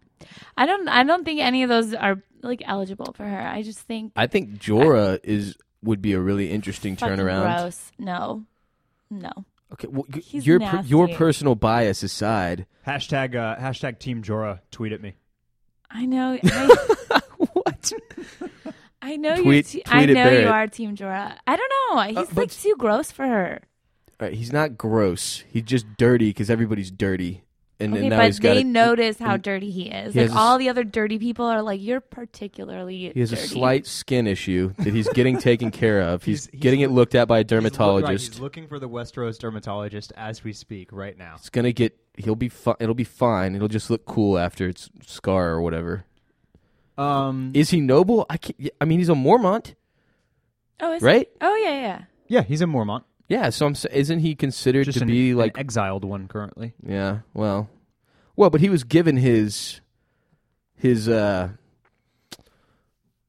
Speaker 2: I don't I don't think any of those are like eligible for her. I just think
Speaker 1: I think Jorah is would be a really interesting
Speaker 2: fucking
Speaker 1: turnaround.
Speaker 2: gross. No. No.
Speaker 1: Okay, well, y-
Speaker 2: He's
Speaker 1: your per- your
Speaker 2: nasty.
Speaker 1: personal bias aside,
Speaker 3: Hashtag uh, hashtag Team Jorah. Tweet at me.
Speaker 1: [LAUGHS]
Speaker 2: I know. I,
Speaker 1: what?
Speaker 2: I know
Speaker 1: Tweet-
Speaker 2: you. Te- I
Speaker 1: tweet at
Speaker 2: know you
Speaker 1: Barrett. Uh,
Speaker 2: are Team Jorah. I don't know. He's
Speaker 1: but-
Speaker 2: like too gross for her.
Speaker 1: uh, he's not gross. He's just dirty because everybody's dirty, and,
Speaker 2: Okay,
Speaker 1: and now
Speaker 2: but
Speaker 1: he's got.
Speaker 2: they
Speaker 1: a-
Speaker 2: notice how
Speaker 1: and
Speaker 2: dirty he is.
Speaker 1: he
Speaker 2: like
Speaker 1: has a
Speaker 2: all
Speaker 1: s-
Speaker 2: the other dirty people are like, you're particularly.
Speaker 1: He has
Speaker 2: dirty.
Speaker 1: a slight skin issue that he's getting taken care
Speaker 6: [LAUGHS]
Speaker 1: of. He's,
Speaker 6: He's- he's
Speaker 1: getting it
Speaker 6: look-
Speaker 1: looked at by a
Speaker 6: He's,
Speaker 1: dermatologist.
Speaker 6: looking for the Westeros dermatologist as we speak right now.
Speaker 1: It's gonna get. He'll be. Fi- it'll be fine. It'll just look cool after it's scar or whatever.
Speaker 6: Um,
Speaker 1: Is he noble? I can't. I mean, he's a Mormont,
Speaker 2: Oh, is
Speaker 1: right?
Speaker 2: Oh yeah, yeah.
Speaker 3: Yeah, he's in Mormont.
Speaker 1: Yeah. So I'm. s- Isn't he considered
Speaker 3: Just
Speaker 1: to
Speaker 3: an,
Speaker 1: be
Speaker 3: an
Speaker 1: like?
Speaker 3: exiled one currently.
Speaker 1: yeah. Well. Well, but he was given his. His. uh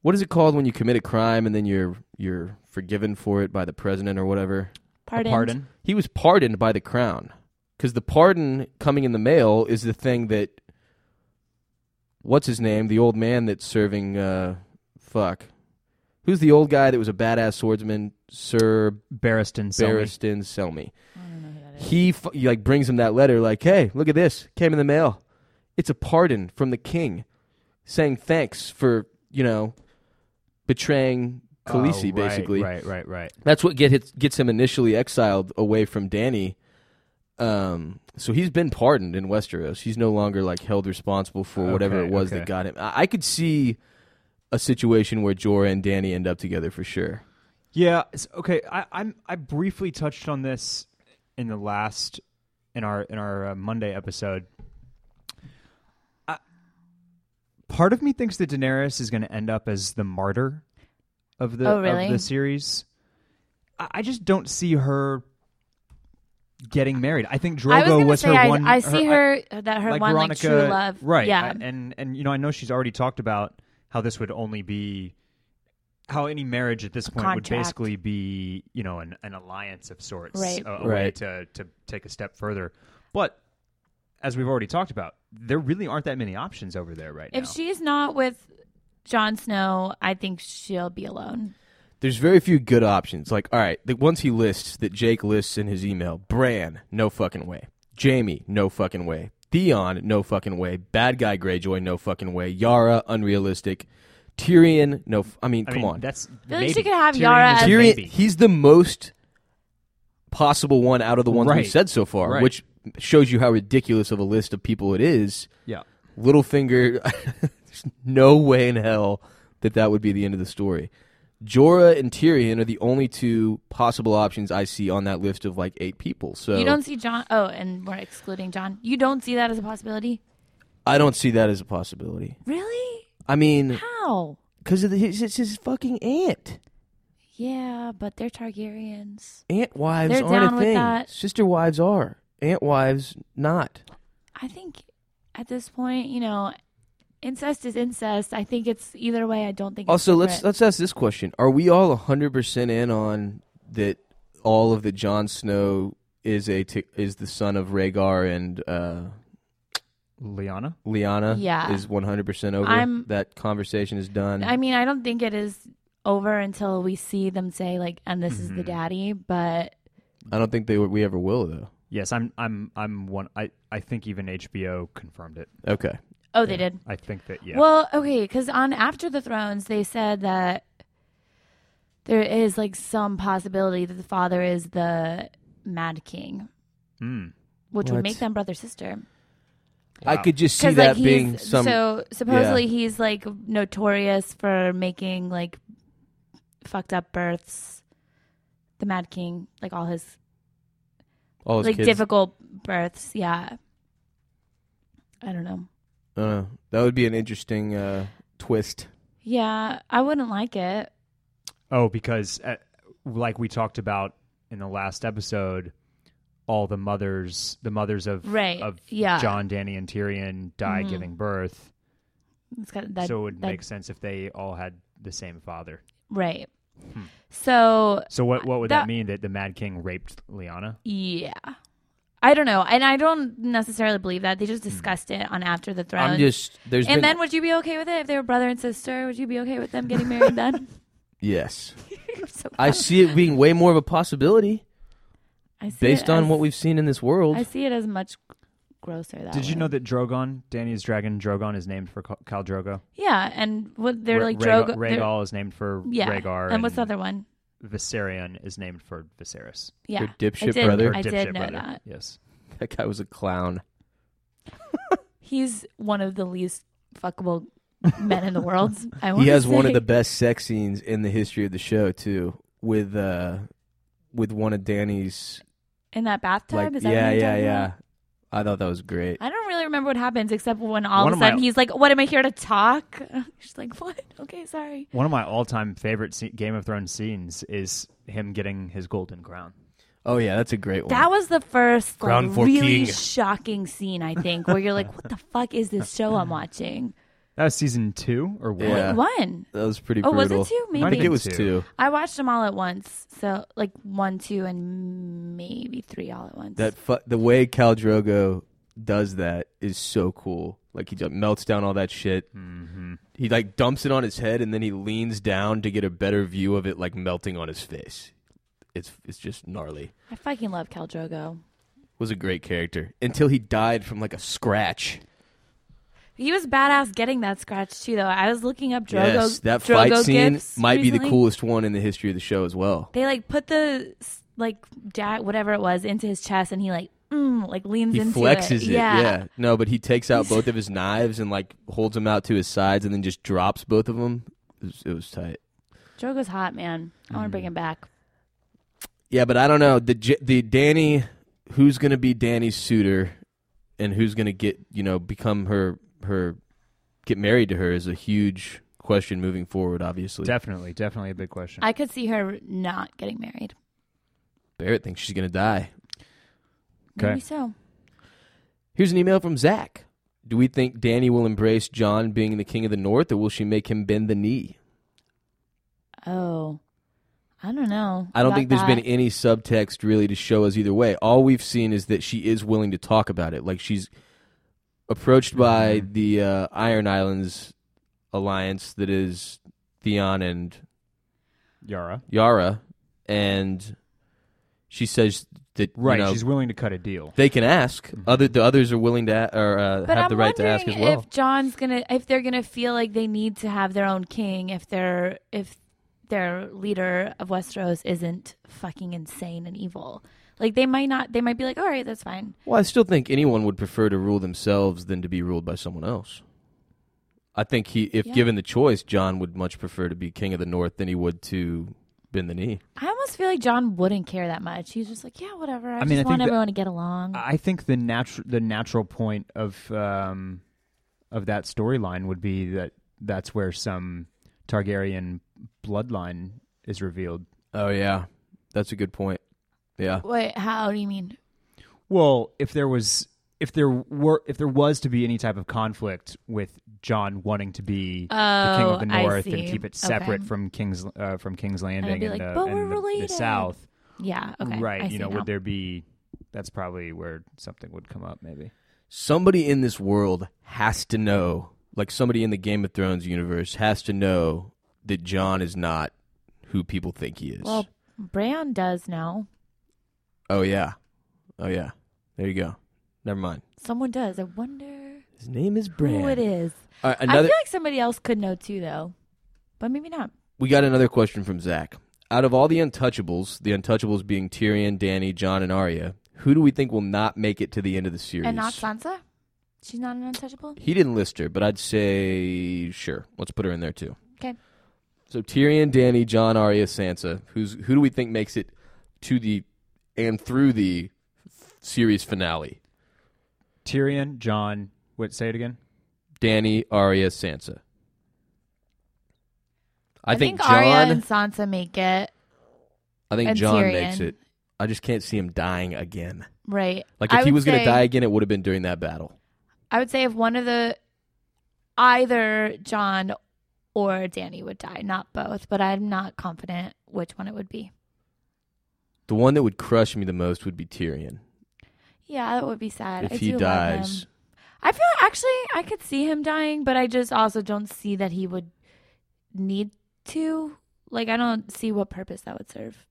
Speaker 1: What is it called when you commit a crime and then you're you're forgiven for it by the president or whatever?
Speaker 3: A
Speaker 2: Pardon.
Speaker 3: pardon.
Speaker 1: he was pardoned by the crown because the pardon coming in the mail is the thing that what's his name the old man that's serving uh fuck who's the old guy that was a badass swordsman sir
Speaker 3: Barristan Selmy.
Speaker 1: barristan selmy he f- he, like brings him that letter like hey look at this came in the mail it's a pardon from the king saying thanks for you know betraying Khaleesi,
Speaker 3: Oh, right,
Speaker 1: basically
Speaker 3: Right, right, right.
Speaker 1: that's what get hit, gets him initially exiled away from Danny. Um, so he's been pardoned in Westeros. He's no longer like held responsible for whatever
Speaker 3: Okay,
Speaker 1: it was
Speaker 3: okay.
Speaker 1: that got him. I, I could see a situation where Jorah and Danny end up together for sure.
Speaker 3: Yeah. s- Okay. I, I'm. I briefly touched on this in the last in our in our uh, Monday episode. I- Part of me thinks that Daenerys is going to end up as the martyr of the
Speaker 2: Oh, really?
Speaker 3: of the series. I, I just don't see her getting married. I think Drogo
Speaker 2: I was gonna say
Speaker 3: her
Speaker 2: I,
Speaker 3: one.
Speaker 2: I see
Speaker 3: I-
Speaker 2: her, that her one like true love.
Speaker 3: right?
Speaker 2: Yeah.
Speaker 3: I- and and you know, I know she's already talked about how this would only be how any marriage at this point would
Speaker 2: contract.
Speaker 3: basically be you know an, an alliance of sorts,
Speaker 2: Right.
Speaker 3: A, a way
Speaker 1: Right.
Speaker 3: to to take a step further. But as we've already talked about, there really aren't that many options over there right
Speaker 2: if
Speaker 3: now.
Speaker 2: she's not with Jon Snow, I think she'll be alone.
Speaker 1: There's very few good options. Like, all right, the ones he lists that Jake lists in his email: Bran, no fucking way. Jamie, no fucking way. Theon, no fucking way. Bad guy Greyjoy, no fucking way. Yara, unrealistic. Tyrion, no. F- I mean,
Speaker 3: I
Speaker 1: come
Speaker 3: mean,
Speaker 1: on.
Speaker 3: that's
Speaker 2: feel like
Speaker 3: maybe.
Speaker 2: she could have
Speaker 3: Tyrion
Speaker 2: Yara
Speaker 3: is
Speaker 2: as-
Speaker 3: a
Speaker 1: Tyrion,
Speaker 3: maybe.
Speaker 1: he's the most possible one out of the ones
Speaker 3: Right.
Speaker 1: we've said so far,
Speaker 3: Right.
Speaker 1: which shows you how ridiculous of a list of people it is.
Speaker 3: yeah.
Speaker 1: Littlefinger, [LAUGHS] there's no way in hell that that would be the end of the story. Jorah and Tyrion are the only two possible options I see on that list of like eight people. So
Speaker 2: You don't see John. Oh, and we're excluding John. You don't see that as a possibility,
Speaker 1: I don't see that as a possibility.
Speaker 2: really?
Speaker 1: I mean,
Speaker 2: How?
Speaker 1: because it's his, his fucking aunt.
Speaker 2: Yeah, but they're Targaryens.
Speaker 1: Aunt wives
Speaker 2: They're
Speaker 1: aren't
Speaker 2: down
Speaker 1: a
Speaker 2: with
Speaker 1: thing.
Speaker 2: that.
Speaker 1: Sister wives are. Aunt wives not.
Speaker 2: I think at this point, you know, incest is incest. I think it's either way. I don't think.
Speaker 1: Also,
Speaker 2: it's
Speaker 1: let's
Speaker 2: separate.
Speaker 1: let's ask this question: Are we all hundred percent in on that? All of the Jon Snow is a t- is the son of Rhaegar and uh,
Speaker 3: Liana.
Speaker 1: Lyanna.
Speaker 2: Yeah.
Speaker 1: is one hundred percent over.
Speaker 2: I'm-
Speaker 1: that conversation is done.
Speaker 2: I mean, I don't think it is over until we see them say like, "And this is the daddy." But
Speaker 1: I don't think they w- we ever will though.
Speaker 3: Yes, I'm. I'm. I'm one. I. I think even HBO confirmed it.
Speaker 1: Okay,
Speaker 2: oh, they did.
Speaker 3: I think that yeah.
Speaker 2: Well, okay, because on After the Thrones, they said that there is like some possibility that the father is the Mad King,
Speaker 3: Mm.
Speaker 2: which would
Speaker 1: What?
Speaker 2: make them brother sister.
Speaker 1: I
Speaker 3: Wow.
Speaker 1: could just see
Speaker 2: Because
Speaker 1: that
Speaker 2: like he's
Speaker 1: being some.
Speaker 2: so supposedly he's like notorious for making like fucked up births. The Mad King, like all his
Speaker 1: All his
Speaker 2: like
Speaker 1: kids.
Speaker 2: difficult births. Yeah. I don't know.
Speaker 1: Uh, that would be an interesting uh, twist.
Speaker 2: Yeah, I wouldn't like it.
Speaker 3: Oh, because uh, like we talked about in the last episode, all the mothers, the mothers of
Speaker 2: Right,
Speaker 3: of
Speaker 2: yeah.
Speaker 3: John, Danny, and Tyrion die giving birth.
Speaker 2: It's got that.
Speaker 3: so it would
Speaker 2: that-
Speaker 3: make sense if they all had the same father.
Speaker 2: right.
Speaker 1: Hmm.
Speaker 2: So
Speaker 3: So what what would that,
Speaker 2: That-
Speaker 3: mean that the Mad King raped Lyanna?
Speaker 2: yeah, I don't know, and I don't necessarily believe that they just discussed it on After the Throne.
Speaker 1: Hmm. I'm just there's
Speaker 2: and
Speaker 1: been
Speaker 2: then would you be okay with it if they were brother and sister? Would you be okay with them getting
Speaker 1: [LAUGHS]
Speaker 2: married then? [LAUGHS]
Speaker 1: yes,
Speaker 2: I'm so
Speaker 1: I
Speaker 2: confident.
Speaker 1: see it being way more of a possibility
Speaker 2: I see
Speaker 1: based
Speaker 2: it
Speaker 1: on
Speaker 2: as-
Speaker 1: what we've seen in this world.
Speaker 2: I see it as much grosser. That
Speaker 3: Did you
Speaker 2: way.
Speaker 3: know that Drogon, Danny's dragon Drogon, is named for Cal Khal Drogo?
Speaker 2: Yeah, and what they're
Speaker 3: Ra-
Speaker 2: like
Speaker 3: Rhaeg-
Speaker 2: Drogo. they're-
Speaker 3: Rhaegal is named for
Speaker 2: yeah,
Speaker 3: Rhaegar,
Speaker 2: and, what's the other one?
Speaker 3: Viserion is named for Viserys.
Speaker 2: Yeah,
Speaker 1: Her dipshit
Speaker 2: I did,
Speaker 1: brother.
Speaker 2: I
Speaker 3: Her
Speaker 2: did
Speaker 3: dipshit
Speaker 2: know
Speaker 3: brother.
Speaker 2: that. [LAUGHS]
Speaker 3: Yes.
Speaker 1: that guy was a clown.
Speaker 2: He's one of the least fuckable men in
Speaker 1: [LAUGHS]
Speaker 2: the world. I
Speaker 1: He
Speaker 2: wanna
Speaker 1: has one of
Speaker 2: say.
Speaker 1: the best sex scenes in the history of the show too, with uh, with one of Danny's
Speaker 2: in that bathtub.
Speaker 1: like
Speaker 2: Is that
Speaker 1: yeah
Speaker 2: what you're
Speaker 1: yeah
Speaker 2: talking
Speaker 1: yeah.
Speaker 2: about?
Speaker 1: I thought that was great.
Speaker 2: I don't really remember what happens except when all
Speaker 3: One
Speaker 2: of a
Speaker 3: of my-
Speaker 2: sudden he's like, "What am I here to talk?" [LAUGHS] She's like, "What? Okay, sorry."
Speaker 3: One of my all-time favorite se- Game of Thrones scenes is him getting his golden crown.
Speaker 1: Oh yeah, that's a great one.
Speaker 2: That was the first like,
Speaker 7: Ground for
Speaker 2: really
Speaker 7: king.
Speaker 2: shocking scene I think, where
Speaker 1: [LAUGHS]
Speaker 2: you're like, "What the fuck is this show I'm watching?"
Speaker 3: That was season two or one.
Speaker 1: Yeah.
Speaker 2: One.
Speaker 1: That was pretty
Speaker 2: Oh, was it
Speaker 1: brutal.
Speaker 2: two?
Speaker 1: I
Speaker 2: Maybe.
Speaker 1: think it was
Speaker 3: Two.
Speaker 1: two.
Speaker 2: I watched them all at once, so like one, two, and maybe three all at once.
Speaker 1: That fu- the way Cal Drogo does that is so cool. Like he just melts down all that shit. He like dumps it on his head and then he leans down to get a better view of it, like melting on his face. It's it's just gnarly.
Speaker 2: I fucking love Cal Drogo.
Speaker 1: Was a great character until he died from like a scratch.
Speaker 2: He was badass getting that scratch too, though. I was looking up Drogo.
Speaker 1: yes, that
Speaker 2: Drogo
Speaker 1: fight scene
Speaker 2: gifs
Speaker 1: might be the
Speaker 2: recently.
Speaker 1: coolest one in the history of the show as well.
Speaker 2: They like put the s- like jack, whatever it was, into his chest, and he like mm, like leans
Speaker 1: He
Speaker 2: into
Speaker 1: flexes it.
Speaker 2: it. Yeah.
Speaker 1: No, but he takes out both of his knives and like holds them out to his sides and then just drops both of them. It was, it was tight.
Speaker 2: Drogo's hot, man. I want to
Speaker 1: Mm.
Speaker 2: bring him back.
Speaker 1: Yeah, but I don't know the J- the Danny who's going to be Danny's suitor and who's going to get you know become her her get married to her is a huge question moving forward. Obviously,
Speaker 3: Definitely, definitely a big question.
Speaker 2: I could see her not getting married.
Speaker 1: Barrett thinks she's going to die.
Speaker 2: Maybe
Speaker 3: Okay.
Speaker 2: so.
Speaker 1: Here's an email from Zach. Do we think Danny will embrace John being the king of the North, or will she make him bend the knee?
Speaker 2: Oh, I don't know.
Speaker 1: I don't
Speaker 2: about
Speaker 1: think there's been
Speaker 2: that.
Speaker 1: any subtext really to show us either way. All we've seen is that she is willing to talk about it. Like she's approached by
Speaker 3: Mm-hmm.
Speaker 1: the uh, Iron Islands alliance that is Theon and
Speaker 3: Yara.
Speaker 1: Yara, and she says that you
Speaker 3: Right.
Speaker 1: know,
Speaker 3: she's Mm-hmm. willing to cut a deal.
Speaker 1: they can ask. Other the others are willing to a- or uh,
Speaker 2: But
Speaker 1: have
Speaker 2: I'm
Speaker 1: the right to ask as
Speaker 2: wondering
Speaker 1: well.
Speaker 2: If John's gonna, if they're gonna feel like they need to have their own king, if their if their leader of Westeros isn't fucking insane and evil, like they might not. They might be like, all right, that's fine.
Speaker 1: Well, I still think anyone would prefer to rule themselves than to be ruled by someone else. I think he, if
Speaker 2: Yeah.
Speaker 1: given the choice, John would much prefer to be king of the North than he would to bend the knee.
Speaker 2: I almost feel like John wouldn't care that much. He's just like, yeah, whatever. I,
Speaker 3: mean,
Speaker 2: just
Speaker 3: I think
Speaker 2: want
Speaker 3: that-
Speaker 2: everyone to get along.
Speaker 3: I think the natural the natural point of um of that storyline would be that that's where some Targaryen bloodline is revealed.
Speaker 1: Oh yeah, that's a good point. Yeah,
Speaker 2: Wait, how do you mean?
Speaker 3: Well, if there was if there were if there was to be any type of conflict with John wanting to be the king
Speaker 2: Oh,
Speaker 3: of the
Speaker 2: I
Speaker 3: North
Speaker 2: see.
Speaker 3: and keep it separate
Speaker 2: Okay.
Speaker 3: from King's uh, from King's
Speaker 2: it'll
Speaker 3: Landing
Speaker 2: be
Speaker 3: and,
Speaker 2: like,
Speaker 3: the,
Speaker 2: "But
Speaker 3: and
Speaker 2: we're
Speaker 3: the- the
Speaker 2: related."
Speaker 3: South.
Speaker 2: Yeah, okay,
Speaker 3: right
Speaker 2: I
Speaker 3: you
Speaker 2: see
Speaker 3: know
Speaker 2: now.
Speaker 3: would there be that's probably where something would come up maybe
Speaker 1: somebody in this world has to know, like somebody in the Game of Thrones universe has to know that John is not who people think he is.
Speaker 2: Well, Bran does now.
Speaker 1: oh yeah, oh yeah. There you go. Never mind.
Speaker 2: Someone does. I wonder
Speaker 1: His name is Bran.
Speaker 2: who it is.
Speaker 1: All right,
Speaker 2: I
Speaker 1: another.
Speaker 2: feel like somebody else could know too, though, but maybe not.
Speaker 1: We got another question from Zach. Out of all the Untouchables, the Untouchables being Tyrion, Danny, John, and Arya, who do we think will not make it to the end of the series?
Speaker 2: And not Sansa? She's not an untouchable?
Speaker 1: he didn't list her, but I'd say sure. Let's put her in there too.
Speaker 2: Okay.
Speaker 1: So Tyrion, Danny, John, Arya, Sansa. Who's who do we think makes it to the and through the series finale.
Speaker 3: Tyrion, John. What? Say it again.
Speaker 1: Danny, Arya, Sansa. I, think, John.
Speaker 2: Arya and Sansa make it
Speaker 1: I think
Speaker 2: and
Speaker 1: John
Speaker 2: Tyrion.
Speaker 1: makes it. I just can't see him dying again.
Speaker 2: right.
Speaker 1: Like
Speaker 2: I
Speaker 1: if he
Speaker 2: would
Speaker 1: was going to
Speaker 2: say-
Speaker 1: die again, it would have been during that battle.
Speaker 2: I would say if one of the either John or Danny would die, not both, but I'm not confident which one it would be.
Speaker 1: The one that would crush me the most would be Tyrion
Speaker 2: Yeah, that would be sad.
Speaker 1: if
Speaker 2: I
Speaker 1: he
Speaker 2: do love
Speaker 1: dies.
Speaker 2: him. I feel actually I could see him dying, but I just also don't see that he would need to. Like I don't see what purpose that would serve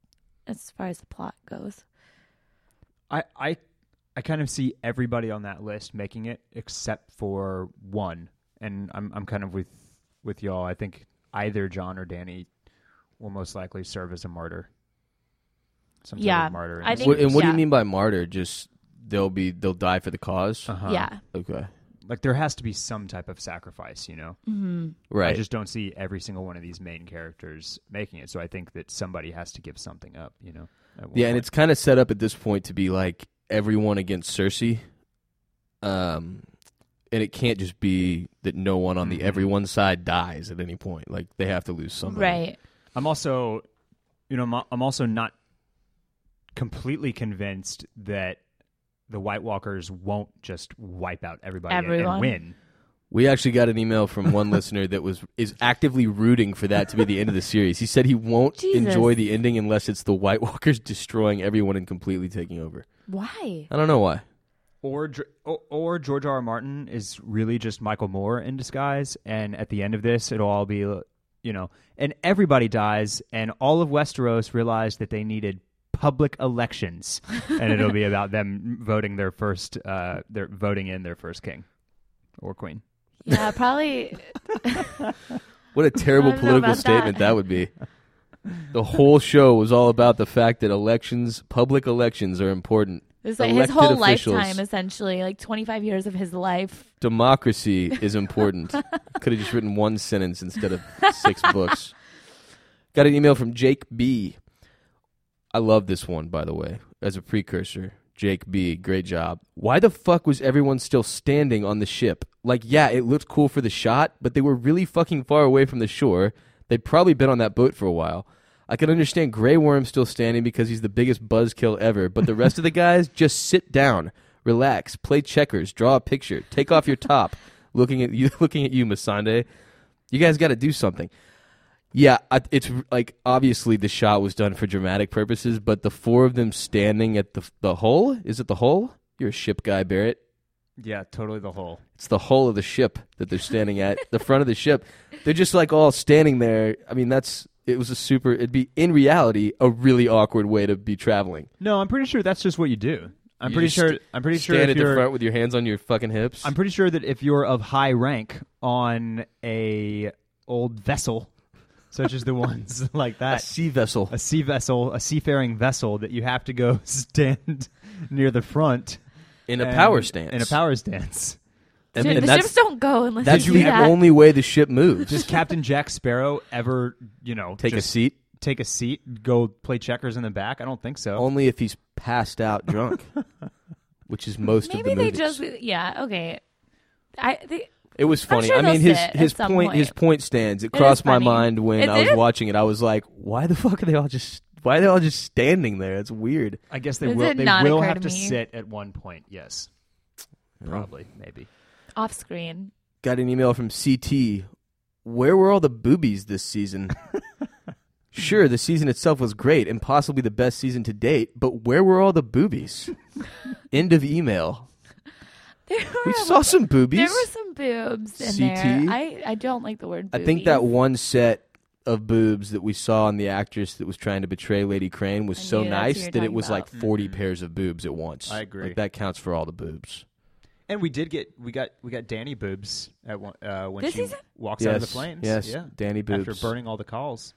Speaker 2: as far as the plot goes.
Speaker 3: I I I kind of see everybody on that list making it except for one, and I'm I'm kind of with with y'all. I think either John or Danny will most likely serve as a martyr. Some sort
Speaker 2: Yeah,
Speaker 3: of martyr. in
Speaker 2: I
Speaker 3: this
Speaker 2: think-
Speaker 1: What, and what do
Speaker 2: yeah.
Speaker 1: you mean by martyr? Just they'll be they'll die for the because
Speaker 3: Uh-huh.
Speaker 2: Yeah.
Speaker 1: Okay,
Speaker 3: like there has to be some type of sacrifice, you know. I
Speaker 1: right?
Speaker 3: just don't see every single one of these main characters making it. So I think that somebody has to give something up, you know. at one
Speaker 1: yeah, and
Speaker 3: point.
Speaker 1: it's kind of set up at this point to be like everyone against Cersei. Um, and it can't just be that no one on
Speaker 3: Mm-hmm.
Speaker 1: the everyone side dies at any point. Like they have to lose somebody.
Speaker 2: Right.
Speaker 3: I'm also, you know, I'm- I'm also not completely convinced that the White Walkers won't just wipe out everybody and-
Speaker 2: Everyone.
Speaker 3: and win.
Speaker 1: We actually got an email from
Speaker 2: [LAUGHS]
Speaker 1: one listener that was is actively rooting for that to be the end of the series. He said he won't
Speaker 2: Jesus.
Speaker 1: enjoy the ending unless it's the White Walkers destroying everyone and completely taking over.
Speaker 2: Why?
Speaker 1: I don't know why.
Speaker 3: Or, Dr- or or George R. R. Martin is really just Michael Moore in disguise, and at the end of this, it'll all be, you know, and everybody dies, and all of Westeros realized that they needed public elections, and it'll be about them voting their first, uh, their voting in their first king or queen.
Speaker 1: [LAUGHS]
Speaker 2: Yeah, probably.
Speaker 1: What a terrible
Speaker 2: I don't know
Speaker 1: political
Speaker 2: about
Speaker 1: statement
Speaker 2: that.
Speaker 1: that. would be. The whole show was all about the fact that elections, public elections, are important.
Speaker 2: It's like his
Speaker 1: Elected
Speaker 2: whole
Speaker 1: officials.
Speaker 2: lifetime, essentially, like 25 years of his life.
Speaker 1: Democracy is important. Could have just written one sentence instead of six books. Got an email from Jake B. I love this one, by the way, as a precursor. Jake B, great job. Why the fuck was everyone still standing on the ship? Like, yeah, it looked cool for the shot, but they were really fucking far away from the shore. They'd probably been on that boat for a while. I can understand Grey Worm still standing because he's the biggest buzzkill ever, but the rest of the guys [LAUGHS] just sit down, relax, play checkers, draw a picture, take off your top. Looking at you, [LAUGHS] looking at you, Masande. You guys got to do something. Yeah, I- it's r- like obviously the shot was done for dramatic purposes, but the four of them standing at the the hull is it the hull? You're a ship guy, Barrett.
Speaker 6: Yeah, totally the whole.
Speaker 1: It's the hull of the ship that they're standing at, the front of the ship. They're just like all standing there. I mean, that's it was a super. It'd be in reality a really awkward way to be traveling.
Speaker 3: No, I'm pretty sure that's just what you do. I'm
Speaker 1: You
Speaker 3: pretty
Speaker 1: just
Speaker 3: sure. I'm pretty sure.
Speaker 1: Stand
Speaker 3: If
Speaker 1: at the
Speaker 3: you're,
Speaker 1: front with your hands on your fucking hips.
Speaker 3: I'm pretty sure that if you're of high rank on a old vessel,
Speaker 1: [LAUGHS]
Speaker 3: such as the ones like
Speaker 1: a
Speaker 3: that,
Speaker 1: sea vessel.
Speaker 3: a sea vessel, a seafaring vessel, that you have to go [LAUGHS] stand near the front
Speaker 1: in a
Speaker 3: and-
Speaker 1: power stance.
Speaker 3: In a
Speaker 1: [LAUGHS]
Speaker 3: power stance,
Speaker 1: And,
Speaker 2: Dude,
Speaker 1: and
Speaker 2: the
Speaker 1: that's
Speaker 2: ships don't go unless
Speaker 1: that's
Speaker 2: you
Speaker 1: the
Speaker 2: do that.
Speaker 1: only way the ship moves.
Speaker 3: does Captain Jack Sparrow ever, you know,
Speaker 1: Take a
Speaker 3: just
Speaker 1: seat.
Speaker 3: take a seat, go play checkers in the back? I don't think so.
Speaker 1: Only if he's passed out
Speaker 3: [LAUGHS]
Speaker 1: drunk, which is most of the
Speaker 2: Maybe they
Speaker 1: movies.
Speaker 2: just, yeah, okay. I they,
Speaker 1: It was funny.
Speaker 2: sure
Speaker 1: I mean,
Speaker 2: they'll
Speaker 1: his
Speaker 2: sit at
Speaker 1: his
Speaker 2: some
Speaker 1: point,
Speaker 2: point.
Speaker 1: his point stands. It,
Speaker 2: is
Speaker 1: crossed my
Speaker 2: funny.
Speaker 1: mind when
Speaker 2: It-
Speaker 1: I was
Speaker 2: it is-
Speaker 1: watching it. I was like, why the fuck are they all just why are they all just standing there? It's weird.
Speaker 3: I guess they
Speaker 2: Does
Speaker 3: will.
Speaker 2: it
Speaker 3: They
Speaker 2: not
Speaker 3: will
Speaker 2: occur
Speaker 3: have
Speaker 2: to
Speaker 3: to
Speaker 2: me?
Speaker 3: sit at one point. Yes, probably, maybe.
Speaker 2: off screen. [LAUGHS]
Speaker 1: Got an email from CT. Where were all the boobies this
Speaker 2: [LAUGHS]
Speaker 1: season? sure, the season itself was great and possibly the best season to date, but where were all the
Speaker 2: [LAUGHS]
Speaker 1: boobies? End of email.
Speaker 2: There were,
Speaker 1: We saw some boobies.
Speaker 2: there were some boobs in there.
Speaker 1: CT?
Speaker 2: I, I don't like the word
Speaker 1: I
Speaker 2: boobies.
Speaker 1: think that one set of boobs that we saw in the actress that was trying to betray Lady Crane was
Speaker 2: I
Speaker 1: so
Speaker 2: knew that's what
Speaker 1: nice
Speaker 2: you were
Speaker 1: that it
Speaker 2: talking
Speaker 1: was like
Speaker 2: about.
Speaker 1: 40 pairs of boobs at once.
Speaker 6: Mm-hmm. I agree.
Speaker 1: Like that counts for all the boobs.
Speaker 6: And we did get we got we got Danny boobs at one uh, when
Speaker 2: This
Speaker 6: she
Speaker 2: season?
Speaker 6: walks
Speaker 1: yes.
Speaker 6: out of the flames.
Speaker 1: Yes.
Speaker 6: yeah.
Speaker 1: Danny boobs.
Speaker 6: After burning all the calls,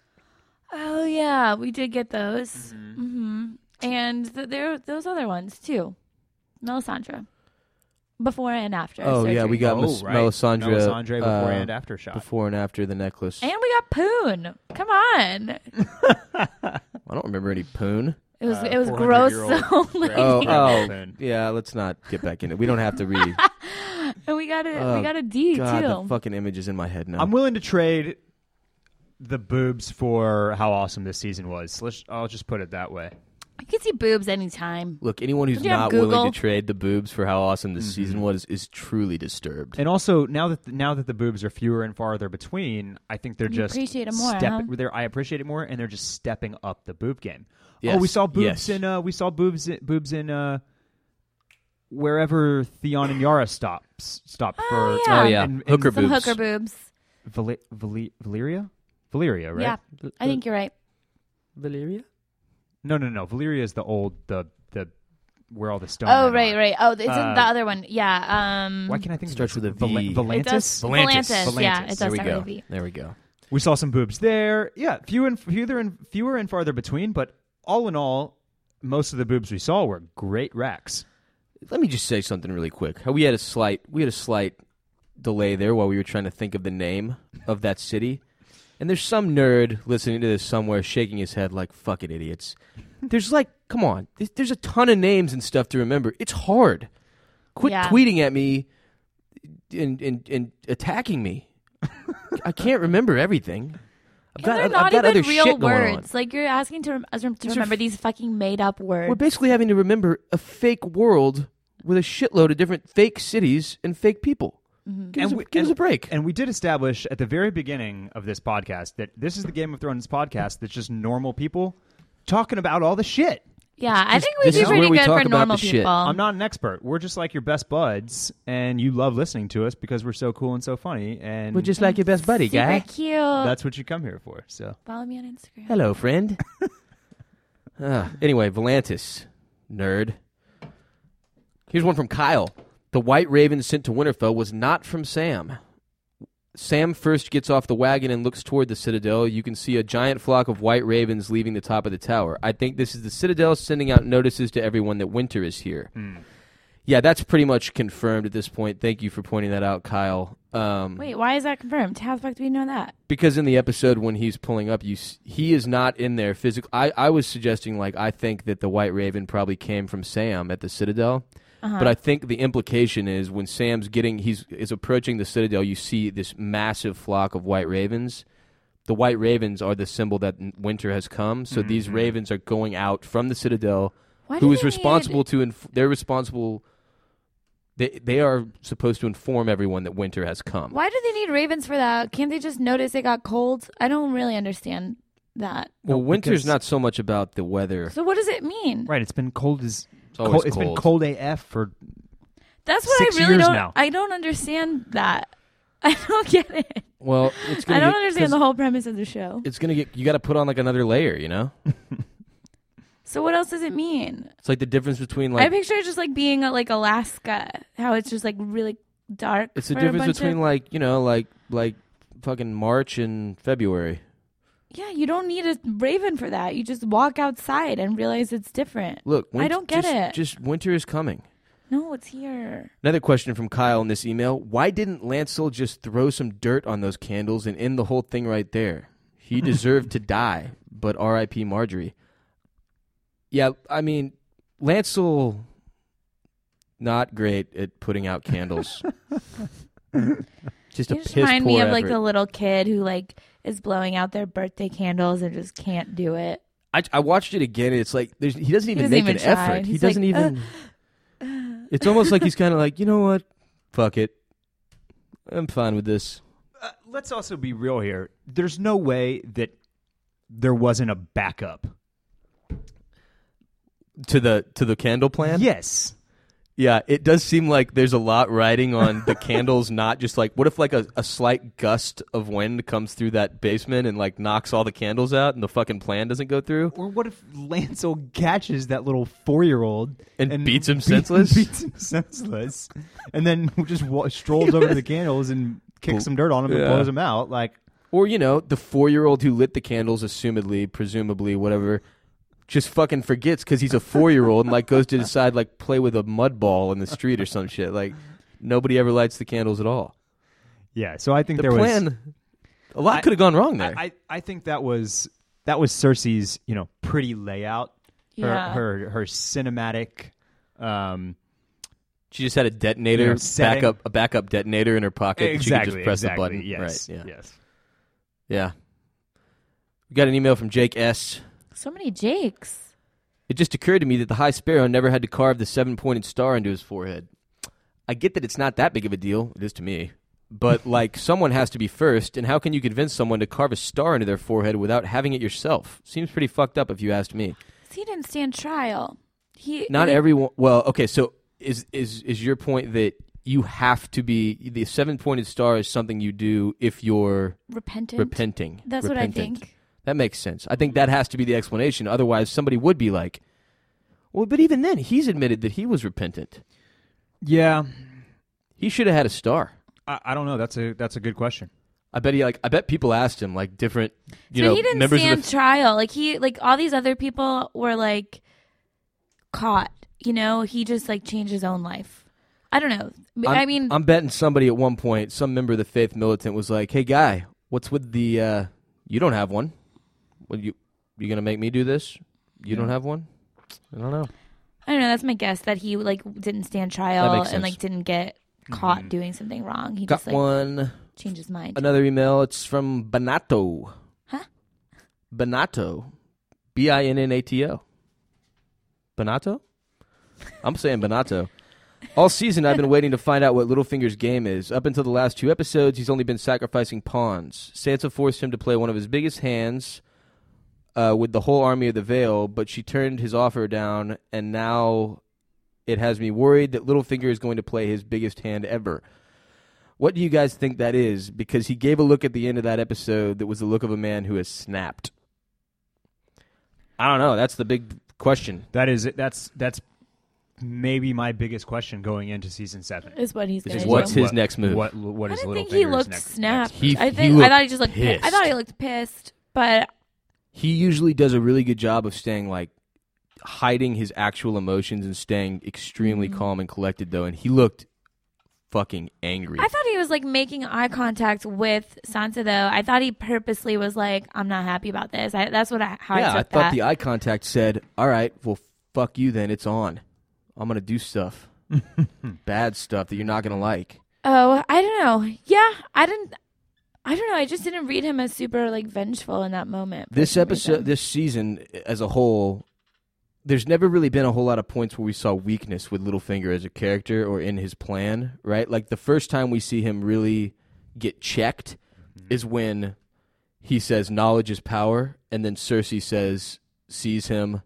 Speaker 2: Oh, yeah, we did get those. Mm-hmm. And th- there those other ones, too. Melisandre. Before and after.
Speaker 1: Oh yeah,
Speaker 2: surgery.
Speaker 1: we got
Speaker 6: Oh,
Speaker 1: Mes-
Speaker 6: right.
Speaker 1: Melisandre,
Speaker 6: Melisandre before
Speaker 1: uh,
Speaker 6: and after shot.
Speaker 1: Before and after the necklace.
Speaker 2: And we got Poon. Come on.
Speaker 1: I don't remember any poon.
Speaker 2: It was
Speaker 6: uh,
Speaker 2: it was
Speaker 6: 400
Speaker 2: gross.
Speaker 6: year
Speaker 2: So
Speaker 6: old
Speaker 2: [LAUGHS] many.
Speaker 1: Oh,
Speaker 6: Grandma
Speaker 1: oh,
Speaker 6: Thun.
Speaker 1: yeah. Let's not get back in it. We don't have
Speaker 2: [LAUGHS]
Speaker 1: to read.
Speaker 2: and we got a
Speaker 1: Oh,
Speaker 2: we got a D
Speaker 1: God, the
Speaker 2: too.
Speaker 1: fucking image is in my head now.
Speaker 3: I'm willing to trade the boobs for how awesome this season was. Let's, I'll just put it that way.
Speaker 2: you can see boobs anytime.
Speaker 1: Look, anyone who's
Speaker 2: Don't you have
Speaker 1: not willing
Speaker 2: Google?
Speaker 1: to trade the boobs for how awesome
Speaker 6: Mm-hmm.
Speaker 1: this season was is truly disturbed.
Speaker 6: Oh,
Speaker 3: And also now that now that the boobs are fewer and farther between, I think they're
Speaker 2: You
Speaker 3: just
Speaker 2: appreciate it more,
Speaker 3: Step,
Speaker 2: huh?
Speaker 3: they're- I appreciate it more, and they're just stepping up the boob game.
Speaker 1: Yes,
Speaker 3: Oh, we saw boobs
Speaker 1: yes.
Speaker 3: in uh, we saw boobs in, boobs in uh, wherever Theon and Yara stops stopped for
Speaker 2: yeah. Oh,
Speaker 1: yeah.
Speaker 3: in, in
Speaker 1: Hooker
Speaker 2: Some
Speaker 1: boobs.
Speaker 2: hooker boobs.
Speaker 3: Val- Val- Valeria, Valeria, right?
Speaker 2: Yeah, I think you're right.
Speaker 1: Valeria.
Speaker 3: No, no, no. Valeria is the old the the where all the stone.
Speaker 2: Oh,
Speaker 3: men
Speaker 2: right,
Speaker 3: are.
Speaker 2: right. Oh, it's in
Speaker 3: Uh,
Speaker 2: the other one. Yeah. Um,
Speaker 3: Why can't I think of
Speaker 1: Starts
Speaker 3: it?
Speaker 1: with a
Speaker 3: Val-
Speaker 1: V.
Speaker 3: Valantis.
Speaker 2: it does.
Speaker 1: Volantis.
Speaker 2: Volantis, Yeah,
Speaker 3: Volantis.
Speaker 2: it does
Speaker 1: There we
Speaker 2: start with
Speaker 1: go.
Speaker 2: a V.
Speaker 1: There we go.
Speaker 3: We saw some boobs there. Yeah, few and fewer and fewer and farther between, but all in all, most of the boobs we saw were great racks.
Speaker 1: Let me just say something really quick. How We had a slight we had a slight delay there while we were trying to think of the name of that city. And there's some nerd listening to this somewhere shaking his head like fucking idiots. There's like, come on, there's- there's a ton of names and stuff to remember. It's hard. Quit
Speaker 2: Yeah.
Speaker 1: tweeting at me and, and, and attacking
Speaker 2: [LAUGHS]
Speaker 1: me. I can't remember everything. I've
Speaker 2: And
Speaker 1: got,
Speaker 2: they're
Speaker 1: I've,
Speaker 2: not
Speaker 1: I've got
Speaker 2: even
Speaker 1: other
Speaker 2: real
Speaker 1: shit going on.
Speaker 2: words. Like you're asking to rem- us rem- to
Speaker 1: These are
Speaker 2: remember
Speaker 1: f-
Speaker 2: these fucking made up words.
Speaker 1: We're basically having to remember a fake world with a shitload of different fake cities and fake people. Give,
Speaker 3: And
Speaker 1: us, a,
Speaker 3: we-
Speaker 1: give us
Speaker 3: and-
Speaker 1: a break.
Speaker 3: And we did establish at the very beginning of this podcast that this is the Game of Thrones podcast that's just normal people talking about all the shit.
Speaker 2: yeah, I think we
Speaker 1: this
Speaker 2: do
Speaker 1: is where
Speaker 2: pretty
Speaker 1: we
Speaker 2: good
Speaker 1: talk
Speaker 2: for
Speaker 1: about
Speaker 2: normal
Speaker 1: the shit.
Speaker 2: people.
Speaker 3: I'm not an expert. We're just like your best buds, and you love listening to us because we're so cool and so funny, and
Speaker 1: We're just uh, like your best buddy,
Speaker 2: super
Speaker 1: guy.
Speaker 2: cute.
Speaker 3: that's what you come here for. So
Speaker 2: Follow me on Instagram.
Speaker 1: Hello, friend. Ah, anyway, Volantis, nerd. Here's one from Kyle. The White Raven sent to Winterfell was not from Sam. Sam first gets off the wagon and looks toward the citadel. You can see a giant flock of white ravens leaving the top of the tower. I think this is the citadel sending out notices to everyone that winter is here. Yeah, that's pretty much confirmed at this point. Thank you for pointing that out, Kyle. Um,
Speaker 2: Wait, why is that confirmed? How the fuck do we know that?
Speaker 1: because in the episode when he's pulling up, you s- he is not in there physically. I, I was suggesting like I think that the White Raven probably came from Sam at the Citadel,
Speaker 2: Uh-huh.
Speaker 1: but I think the implication is when Sam's getting he's is approaching the Citadel, you see this massive flock of White Ravens. The White Ravens are the symbol that n- winter has come, so these ravens are going out from the Citadel.
Speaker 2: Mm-hmm. Why do
Speaker 1: who is
Speaker 2: they need-
Speaker 1: responsible to? Inf- they're responsible. They they are supposed to inform everyone that winter has come.
Speaker 2: Why do they need ravens for that? Can't they just notice it got cold? I don't really understand that.
Speaker 1: Well,
Speaker 3: No,
Speaker 1: winter's
Speaker 3: because-
Speaker 1: not so much about the weather.
Speaker 2: So what does it mean?
Speaker 3: right, it's been cold as
Speaker 1: It's always
Speaker 3: It's been
Speaker 1: cold.
Speaker 3: cold AF for
Speaker 2: That's what
Speaker 3: Six
Speaker 2: I really
Speaker 3: years
Speaker 2: don't.
Speaker 3: now.
Speaker 2: I don't understand that. [LAUGHS] I don't get it.
Speaker 1: Well, it's gonna
Speaker 2: I don't
Speaker 1: get-
Speaker 2: understand the
Speaker 1: 'cause
Speaker 2: whole premise of the show.
Speaker 1: It's gonna get you got to put on like another layer, you know.
Speaker 2: So what else does it mean?
Speaker 1: It's like the difference between
Speaker 2: I
Speaker 1: like
Speaker 2: picture it just like being uh, like Alaska, how it's just like really dark.
Speaker 1: it's the
Speaker 2: for a
Speaker 1: difference
Speaker 2: bunch
Speaker 1: between
Speaker 2: of-
Speaker 1: like you know like like fucking March and February.
Speaker 2: yeah, you don't need a raven for that. You just walk outside and realize it's different.
Speaker 1: Look,
Speaker 2: I
Speaker 1: win-
Speaker 2: don't get
Speaker 1: just-
Speaker 2: it.
Speaker 1: Just winter is coming.
Speaker 2: No, it's here.
Speaker 1: Another question from Kyle in this email: Why didn't Lancel just throw some dirt on those candles and end the whole thing right there?
Speaker 2: [LAUGHS]
Speaker 1: He deserved to die, but R.I.P. Marjorie. Yeah, I mean, Lancel, not great at putting out candles. just a
Speaker 3: uh,
Speaker 2: You just
Speaker 1: piss
Speaker 2: remind me
Speaker 1: poor
Speaker 2: of like
Speaker 1: effort.
Speaker 2: the little kid who like is blowing out their birthday candles and just can't do it.
Speaker 1: I, I watched it again. And it's like there's, he doesn't even
Speaker 2: doesn't
Speaker 1: make
Speaker 2: even
Speaker 1: an
Speaker 2: try.
Speaker 1: effort. he
Speaker 2: He's
Speaker 1: doesn't
Speaker 2: like,
Speaker 1: even. [SIGHS] it's almost like he's kind of like you know what, fuck it, I'm fine with this.
Speaker 3: uh, let's also be real here. There's no way that there wasn't a backup.
Speaker 1: To the to the candle plan.
Speaker 3: Yes.
Speaker 1: Yeah, it does seem like there's a lot riding on
Speaker 2: [LAUGHS]
Speaker 1: the candles, not just like what if like a, a slight gust of wind comes through that basement and like knocks all the candles out and the fucking plan doesn't go through?
Speaker 3: Or what if Lancel catches that little four-year-old
Speaker 1: And beats him senseless?
Speaker 3: [LAUGHS] Beats him senseless, and then just wa- strolls over
Speaker 1: [LAUGHS]
Speaker 3: to the candles and kicks some dirt on him and
Speaker 1: Yeah.
Speaker 3: blows him out. Like
Speaker 1: Or, you know, the four year old who lit the candles, assumedly, presumably, whatever, just fucking forgets because he's a four year old and like goes to decide like play with a mud ball in the street or some shit. Like nobody ever lights the candles at all.
Speaker 3: yeah. So I think
Speaker 1: The
Speaker 3: there
Speaker 1: plan,
Speaker 3: was.
Speaker 1: a lot
Speaker 3: I-
Speaker 1: could have gone wrong there.
Speaker 3: I, I I think that was that was Cersei's you know pretty layout
Speaker 2: [LAUGHS] Yeah.
Speaker 3: her her her cinematic. Um,
Speaker 1: She just had a detonator,
Speaker 3: You know, setting-
Speaker 1: backup, a backup detonator in her pocket. and She
Speaker 3: exactly.
Speaker 1: could just press
Speaker 3: exactly,
Speaker 1: the button.
Speaker 3: Yes.
Speaker 1: Right. Yeah.
Speaker 3: Yes.
Speaker 1: Yeah. We got an email from Jake S.
Speaker 2: So many Jakes.
Speaker 1: It just occurred to me that the High Sparrow never had to carve the seven pointed star into his forehead. I get that it's not that big of a deal. It is to me. But, like, someone has to be first, and how can you convince someone to carve a star into their forehead without having it yourself? Seems pretty fucked up if you asked me.
Speaker 2: See, he didn't stand trial. He
Speaker 1: Not
Speaker 2: he-
Speaker 1: everyone. Well, okay. So is is is your point that you have to be the seven pointed star is something you do if you're
Speaker 2: repentant.
Speaker 1: repenting.
Speaker 2: That's what I
Speaker 1: Repentant.
Speaker 2: think.
Speaker 1: That makes sense. I think that has to be the explanation. Otherwise, somebody would be like, "Well, but even then, he's admitted that he was repentant.
Speaker 3: Yeah.
Speaker 1: He should have had a star."
Speaker 3: I, I don't know. That's a that's a good question.
Speaker 1: I bet he like. I bet people asked him like different. You
Speaker 2: so
Speaker 1: know,
Speaker 2: he didn't
Speaker 1: members
Speaker 2: stand
Speaker 1: of the,
Speaker 2: trial. Like he like all these other people were like caught. You know, he just like changed his own life. I don't know.
Speaker 1: I'm-
Speaker 2: I mean,
Speaker 1: I'm betting somebody at one point, some member of the faith militant was like, "Hey, guy, what's with the? uh You don't have one. What you you gonna make me do this? You don't have one? I don't know.
Speaker 2: I don't know. That's my guess that he like didn't stand trial
Speaker 1: makes
Speaker 2: and
Speaker 1: sense. Mm-hmm.
Speaker 2: like didn't get caught doing something wrong. He
Speaker 1: Got
Speaker 2: just like
Speaker 1: one.
Speaker 2: changed his mind.
Speaker 1: Another email. It's from Bonato.
Speaker 2: Huh?
Speaker 1: Bonato. B I N N A T O. Bonato? I'm saying Bonato. All season, I've been waiting to find out what Littlefinger's game is. Up until the last two episodes, he's only been sacrificing pawns. Sansa forced him to play one of his biggest hands uh, with the whole army of the Vale, but she turned his offer down, and now it has me worried that Littlefinger is going to play his biggest hand ever. What do you guys think that is? Because he gave a look at the end of that episode that was the look of a man who has snapped. I don't know. That's the big question.
Speaker 3: That is it. That's that's maybe my biggest question going into season seven.
Speaker 2: is what he's going
Speaker 1: Is
Speaker 2: to
Speaker 3: Is
Speaker 2: do.
Speaker 1: what's his next move?
Speaker 3: What what
Speaker 2: I
Speaker 3: is
Speaker 2: didn't
Speaker 3: Littlefinger's
Speaker 2: think he looked
Speaker 3: next-
Speaker 2: snapped.
Speaker 3: next-
Speaker 1: He-
Speaker 2: I
Speaker 1: he
Speaker 2: think I
Speaker 1: looked
Speaker 2: thought he just looked. pi- I
Speaker 1: pissed.
Speaker 2: thought he looked pissed, but
Speaker 1: He usually does a really good job of staying like hiding his actual emotions and staying extremely calm and collected though and he looked fucking angry.
Speaker 2: I thought he was like making eye contact with Sansa. Though I thought he purposely was like, "I'm not happy about this." I, that's what I, how
Speaker 1: yeah,
Speaker 2: I
Speaker 1: I
Speaker 2: took
Speaker 1: thought
Speaker 2: that.
Speaker 1: the eye contact said, "All right, well fuck you then. It's on. I'm going to do stuff. Bad stuff that you're not going to like."
Speaker 2: oh, I don't know. Yeah, I didn't. I don't know. I just didn't read him as super like vengeful in that moment. for
Speaker 1: this
Speaker 2: some
Speaker 1: episode
Speaker 2: reason.
Speaker 1: this season eh, as a whole there's never really been a whole lot of points where we saw weakness with Littlefinger as a character or in his plan, right? Like the first time we see him really get checked is when he says knowledge is power and then Cersei says seize him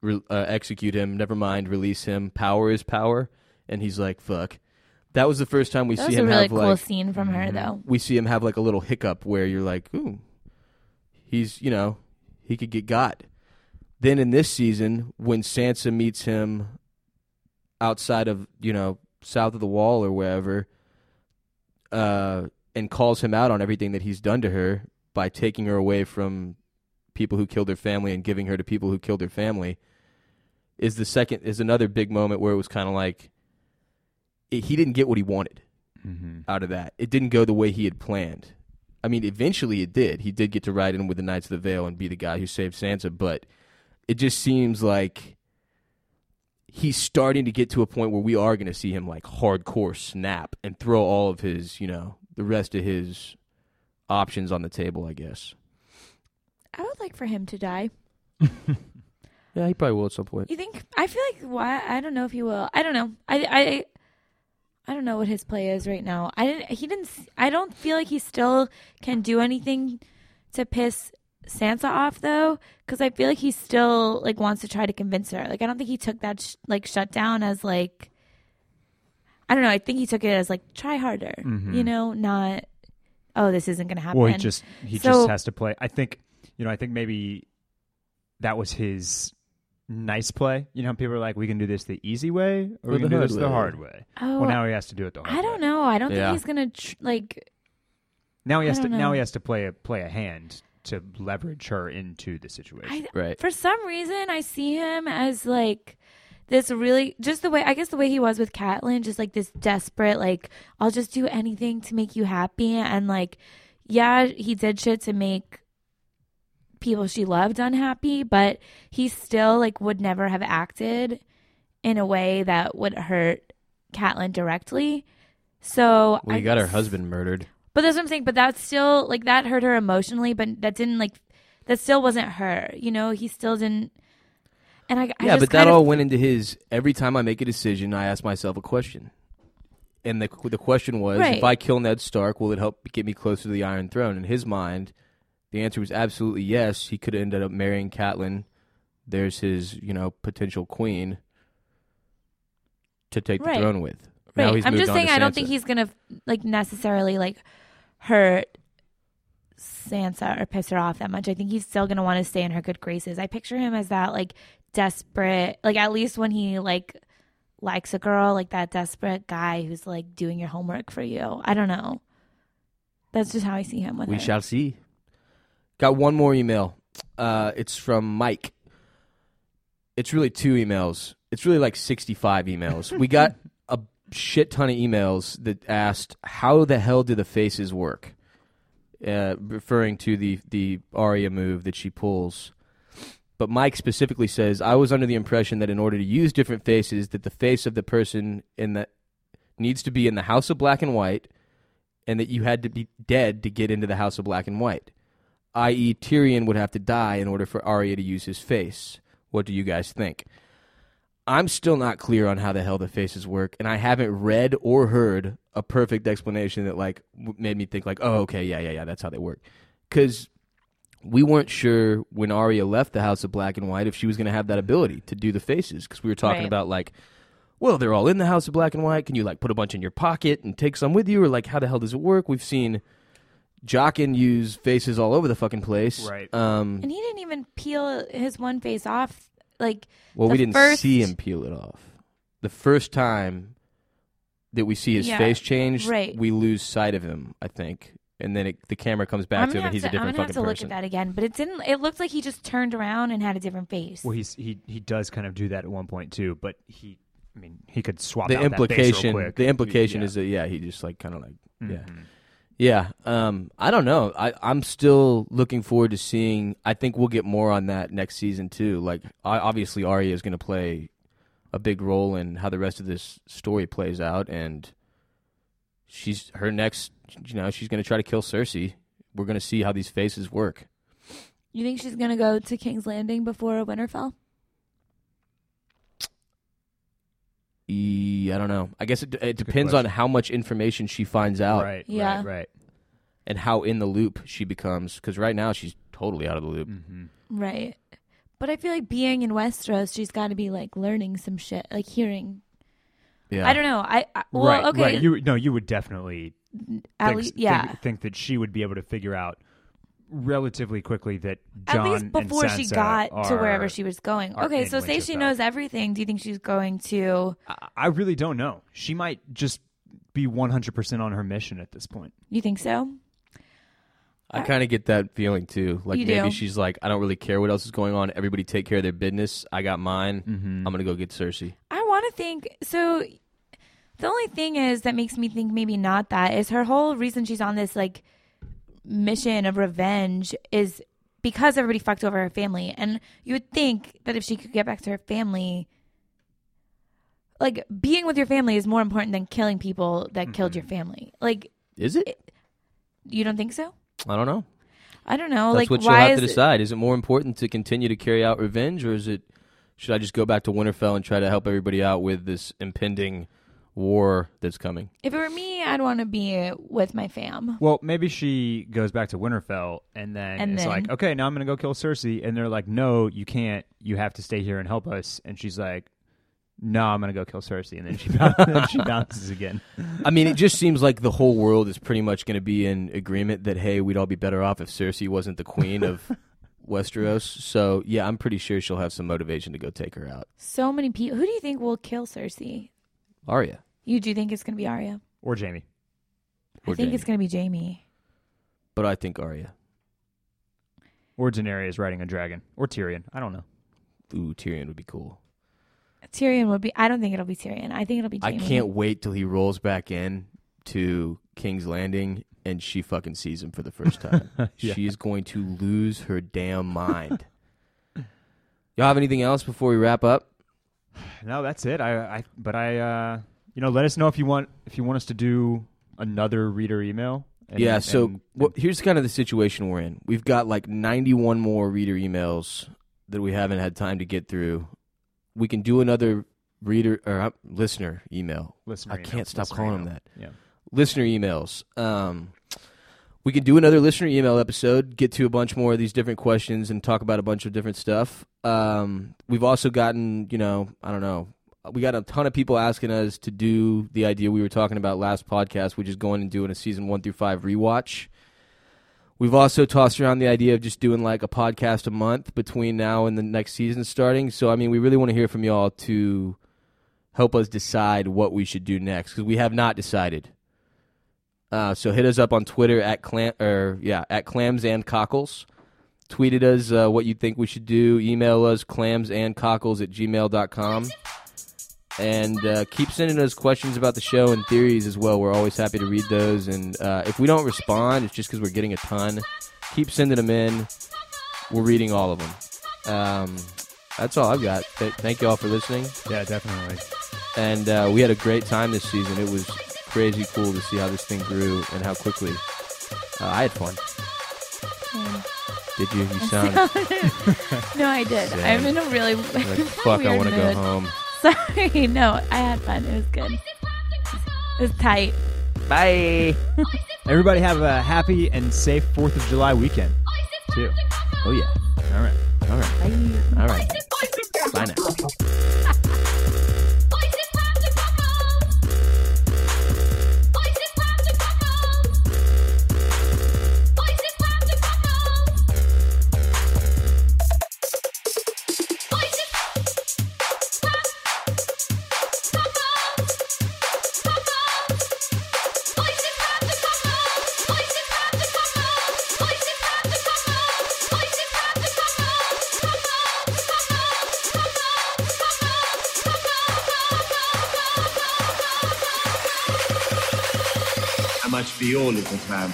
Speaker 1: re- uh, execute him, never mind, release him, power is power and he's like fuck. That was the first time we
Speaker 2: that
Speaker 1: see
Speaker 2: was
Speaker 1: him
Speaker 2: a really
Speaker 1: have
Speaker 2: cool
Speaker 1: like Mm-hmm.
Speaker 2: scene from her, though.
Speaker 1: we see him have like a little hiccup where you're like, ooh, he's, you know, he could get got. Then in this season, when Sansa meets him outside of, you know, south of the wall or wherever, uh, and calls him out on everything that he's done to her by taking her away from people who killed her family and giving her to people who killed her family is the second is another big moment where it was kind of like it, he didn't get what he wanted
Speaker 2: Mm-hmm.
Speaker 3: Mm-hmm.
Speaker 1: out of that. It didn't go the way he had planned. I mean, eventually it did. He did get to ride in with the Knights of the Vale and be the guy who saved Sansa, but it just seems like he's starting to get to a point where we are going to see him like hardcore snap and throw all of his, you know, the rest of his options on the table, I guess.
Speaker 2: I would like for him to die.
Speaker 1: Yeah, he probably will at some point.
Speaker 2: You think? I feel like why? I don't know if he will. I don't know. I I I don't know what his play is right now. I didn't. He didn't. s- I don't feel like he still can do anything to piss Sansa off though, because I feel like he still like wants to try to convince her. Like I don't think he took that sh- like shutdown as like. I don't know. I think he took it as like try harder. You know, not. Oh, this isn't gonna happen.
Speaker 3: Mm-hmm. Well, he just he
Speaker 2: So-
Speaker 3: just has to play. I think you know. I think maybe that was his nice play. You know, how people are like, we can do this the easy way, or,
Speaker 1: Or
Speaker 3: we
Speaker 1: the
Speaker 3: can do
Speaker 1: hard
Speaker 3: this
Speaker 1: way."
Speaker 3: the hard way.
Speaker 2: Oh,
Speaker 3: well, now he has to do it the hard
Speaker 2: I
Speaker 3: way.
Speaker 2: don't know. I don't
Speaker 1: Yeah.
Speaker 2: think he's gonna tr- like.
Speaker 3: Now he
Speaker 2: I
Speaker 3: has to.
Speaker 2: don't know.
Speaker 3: Now he has to play a play a hand to leverage her into the situation.
Speaker 2: I,
Speaker 1: Right.
Speaker 2: For some reason, I see him as like this really just the way I guess the way he was with Catelyn, just like this desperate, like I'll just do anything to make you happy, and like yeah, he did shit to make people she loved unhappy, but he still like would never have acted in a way that would hurt Catelyn directly. So
Speaker 1: Well,
Speaker 2: I-
Speaker 1: you got her husband murdered.
Speaker 2: But that's what I'm saying. But that still like that hurt her emotionally, but that didn't like that still wasn't her. You know, he still didn't. And I, I
Speaker 1: yeah,
Speaker 2: just
Speaker 1: but
Speaker 2: kind
Speaker 1: that
Speaker 2: of-
Speaker 1: all went into his. Every time I make a decision, I ask myself a question, and the the question was,
Speaker 2: Right.
Speaker 1: if I kill Ned Stark, will it help get me closer to the Iron Throne? In his mind, the answer was absolutely yes. He could have ended up marrying Catelyn. There's his, you know, potential queen to take
Speaker 2: Right.
Speaker 1: the throne with.
Speaker 2: Right.
Speaker 1: Now he's
Speaker 2: I'm
Speaker 1: moved
Speaker 2: just
Speaker 1: on to
Speaker 2: saying I don't
Speaker 1: Sansa.
Speaker 2: think he's gonna like necessarily like hurt Sansa or piss her off that much. I think he's still gonna want to stay in her good graces. I picture him as that like desperate like at least when he like likes a girl, like that desperate guy who's like doing your homework for you. I don't know. That's just how I see him with
Speaker 1: We
Speaker 2: her.
Speaker 1: shall see. Got one more email. Uh, it's from Mike. It's really two emails. It's really like 65 emails. we
Speaker 2: [LAUGHS]
Speaker 1: got a shit ton of emails that asked, How the hell do the faces work? Uh, referring to the, the Aria move that she pulls. But Mike specifically says, I was under the impression that in order to use different faces, that the face of the person in the needs to be in the house of black and white, and that you had to be dead to get into the House of Black and White, i.e., Tyrion would have to die in order for Arya to use his face. What do you guys think? I'm still not clear on how the hell the faces work, and I haven't read or heard a perfect explanation that like w- made me think like, oh, okay, yeah, yeah, yeah, that's how they work. Because we weren't sure when Arya left the House of Black and White if she was going to have that ability to do the faces, because we were talking
Speaker 2: Right.
Speaker 1: about like well, they're all in the house of black and white. Can you like put a bunch in your pocket and take some with you, or like how the hell does it work? We've seen Jockin use faces all over the fucking place.
Speaker 3: Right.
Speaker 1: Um.
Speaker 2: And he didn't even peel his one face off like
Speaker 1: Well, we
Speaker 2: the
Speaker 1: didn't
Speaker 2: first-
Speaker 1: see him peel it off. The first time that we see his
Speaker 2: Yeah,
Speaker 1: face change,
Speaker 2: right.
Speaker 1: we lose sight of him. I think, and then it, the camera comes back
Speaker 2: I'm
Speaker 1: to
Speaker 2: gonna
Speaker 1: him, and
Speaker 2: have
Speaker 1: he's
Speaker 2: to,
Speaker 1: a different
Speaker 2: I'm gonna have
Speaker 1: fucking
Speaker 2: to look
Speaker 1: person.
Speaker 2: at that again, but it didn't. It looked like he just turned around and had a different face.
Speaker 3: Well, he's he he does kind of do that at one point too, but he I mean he could swap
Speaker 1: The
Speaker 3: out that base real
Speaker 1: implication,
Speaker 3: quick.
Speaker 1: the implication
Speaker 3: Yeah. Mm-hmm.
Speaker 1: is that yeah, he just like kind of like yeah. Yeah, um, I don't know. I, I'm still looking forward to seeing. I think we'll get more on that next season too. Like, I, obviously, Arya is going to play a big role in how the rest of this story plays out, and she's her next. You know, she's going to try to kill Cersei. We're going to see how these faces work.
Speaker 2: You think she's gonna go to King's Landing before Winterfell?
Speaker 1: E, I don't know. I guess it, it depends on
Speaker 3: question.
Speaker 1: how much information she finds out
Speaker 3: right,
Speaker 2: Yeah.
Speaker 3: right, right.
Speaker 1: and how in the loop she becomes. Because right now she's totally out of the loop.
Speaker 3: Mm. Mm-hmm.
Speaker 2: Right. But I feel like being in Westeros, she's got to be like learning some shit, like hearing.
Speaker 1: Yeah,
Speaker 2: I don't know. I, I well,
Speaker 3: right,
Speaker 2: okay.
Speaker 3: right. You no, you would definitely
Speaker 2: at
Speaker 3: think,
Speaker 2: least,
Speaker 3: think-
Speaker 2: yeah.
Speaker 3: think, that she would be able to figure out relatively quickly that John
Speaker 2: at least before she got to wherever she was going.
Speaker 3: are
Speaker 2: Okay,
Speaker 3: in
Speaker 2: so say she
Speaker 3: Winterfell.
Speaker 2: knows everything. Do you think she's going to?
Speaker 3: I, I really don't know. She might just be 100% on her mission at this point.
Speaker 2: You think so?
Speaker 1: I kind of get that feeling too. Like
Speaker 2: You
Speaker 1: maybe
Speaker 2: do.
Speaker 1: she's like, I don't really care what else is going on. Everybody take care of their business. I got mine. I'm gonna go get Cersei.
Speaker 2: I want to think so. The only thing is that makes me think maybe not that is her whole reason she's on this like mission of revenge is because everybody fucked over her family, and you would think that if she could get back to her family, like being with your family is more important than killing people that
Speaker 1: Mm-hmm.
Speaker 2: killed your family. Like
Speaker 1: Is it?
Speaker 2: you don't think so?
Speaker 1: I don't know.
Speaker 2: I don't know.
Speaker 1: That's
Speaker 2: like
Speaker 1: what you'll
Speaker 2: why
Speaker 1: have
Speaker 2: is
Speaker 1: to decide. Is it more important to continue to carry out revenge, or is it? Should I just go back to Winterfell and try to help everybody out with this impending war that's coming?
Speaker 2: if it were me, I'd want to be with my fam.
Speaker 3: Well, maybe she goes back to Winterfell and then
Speaker 2: And
Speaker 3: it's
Speaker 2: then-
Speaker 3: like, okay, now I'm going to go kill Cersei. And they're like, no, you can't. You have to stay here and help us. And she's like, no, I'm going to go kill Cersei. And then she, [LAUGHS] boun- then she bounces again.
Speaker 1: I mean, it just seems like the whole world is pretty much going to be in agreement that hey, we'd all be better off if Cersei wasn't the queen
Speaker 2: [LAUGHS]
Speaker 1: of Westeros. So yeah, I'm pretty sure she'll have some motivation to go take her out.
Speaker 2: So many people. Who do you think will kill Cersei?
Speaker 1: Arya.
Speaker 2: You do think it's gonna be Arya?
Speaker 3: Or Jamie.
Speaker 2: I
Speaker 1: Or
Speaker 2: think
Speaker 1: Jaime.
Speaker 2: it's gonna be Jamie.
Speaker 1: but I think Arya.
Speaker 3: Or Daenerys riding a dragon. Or Tyrion. I don't know.
Speaker 1: Ooh, Tyrion would be cool.
Speaker 2: Tyrion would be. I don't think it'll be Tyrion. I think it'll be. Jamie.
Speaker 1: I can't wait till he rolls back in to King's Landing and she fucking sees him for the first time.
Speaker 3: Yeah.
Speaker 1: She is going to lose her damn mind. [LAUGHS] Y'all have anything else before we wrap up?
Speaker 3: No, that's it. I, I but I, uh, you know, let us know if you want if you want us to do another reader email. And-
Speaker 1: yeah, so
Speaker 3: and-
Speaker 1: what, here's kind of the situation we're in. We've got like 91 more reader emails that we haven't had time to get through. We can do another reader or uh, listener email.
Speaker 3: listener
Speaker 1: I
Speaker 3: email,
Speaker 1: can't stop
Speaker 3: listener
Speaker 1: calling them
Speaker 3: email.
Speaker 1: that.
Speaker 3: Yeah.
Speaker 1: Listener emails. Um, we can do another listener email episode, get to a bunch more of these different questions, and talk about a bunch of different stuff. Um, we've also gotten, you know, I don't know, we got a ton of people asking us to do the idea we were talking about last podcast, which is going and doing a season one through five rewatch. We've also tossed around the idea of just doing like a podcast a month between now and the next season starting. So, I mean, we really want to hear from y'all to help us decide what we should do next because we have not decided. Uh, so hit us up on Twitter at clam or yeah at clams and cockles. Tweeted us uh, what you think we should do. Email us clams and cockles at gmail.com. And uh, keep sending us questions about the show and theories as well. We're always happy to read those. And uh, if we don't respond, it's just because we're getting a ton. Keep sending them in. We're reading all of them. Um, that's all I've got. Th- thank you all for listening
Speaker 3: Yeah, definitely.
Speaker 1: and uh, we had a great time this season. It was crazy cool to see how this thing grew and how quickly. Uh, I had fun. Did you? You sound
Speaker 2: No, I did.
Speaker 1: Sad.
Speaker 2: I'm in a really
Speaker 1: like
Speaker 2: [LAUGHS]
Speaker 1: fuck. I want to go home.
Speaker 2: Sorry, no, I had fun. It was good. It was tight.
Speaker 1: Bye.
Speaker 3: Everybody have a happy and safe Fourth of July weekend. Too.
Speaker 1: Oh yeah.
Speaker 3: All right.
Speaker 1: All right. All right. Bye now.
Speaker 4: I must be all of the time.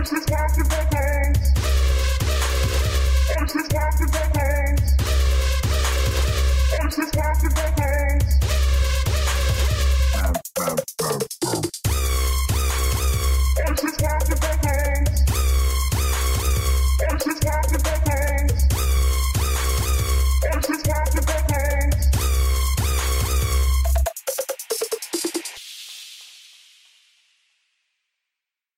Speaker 7: It's just possible things. It's just possible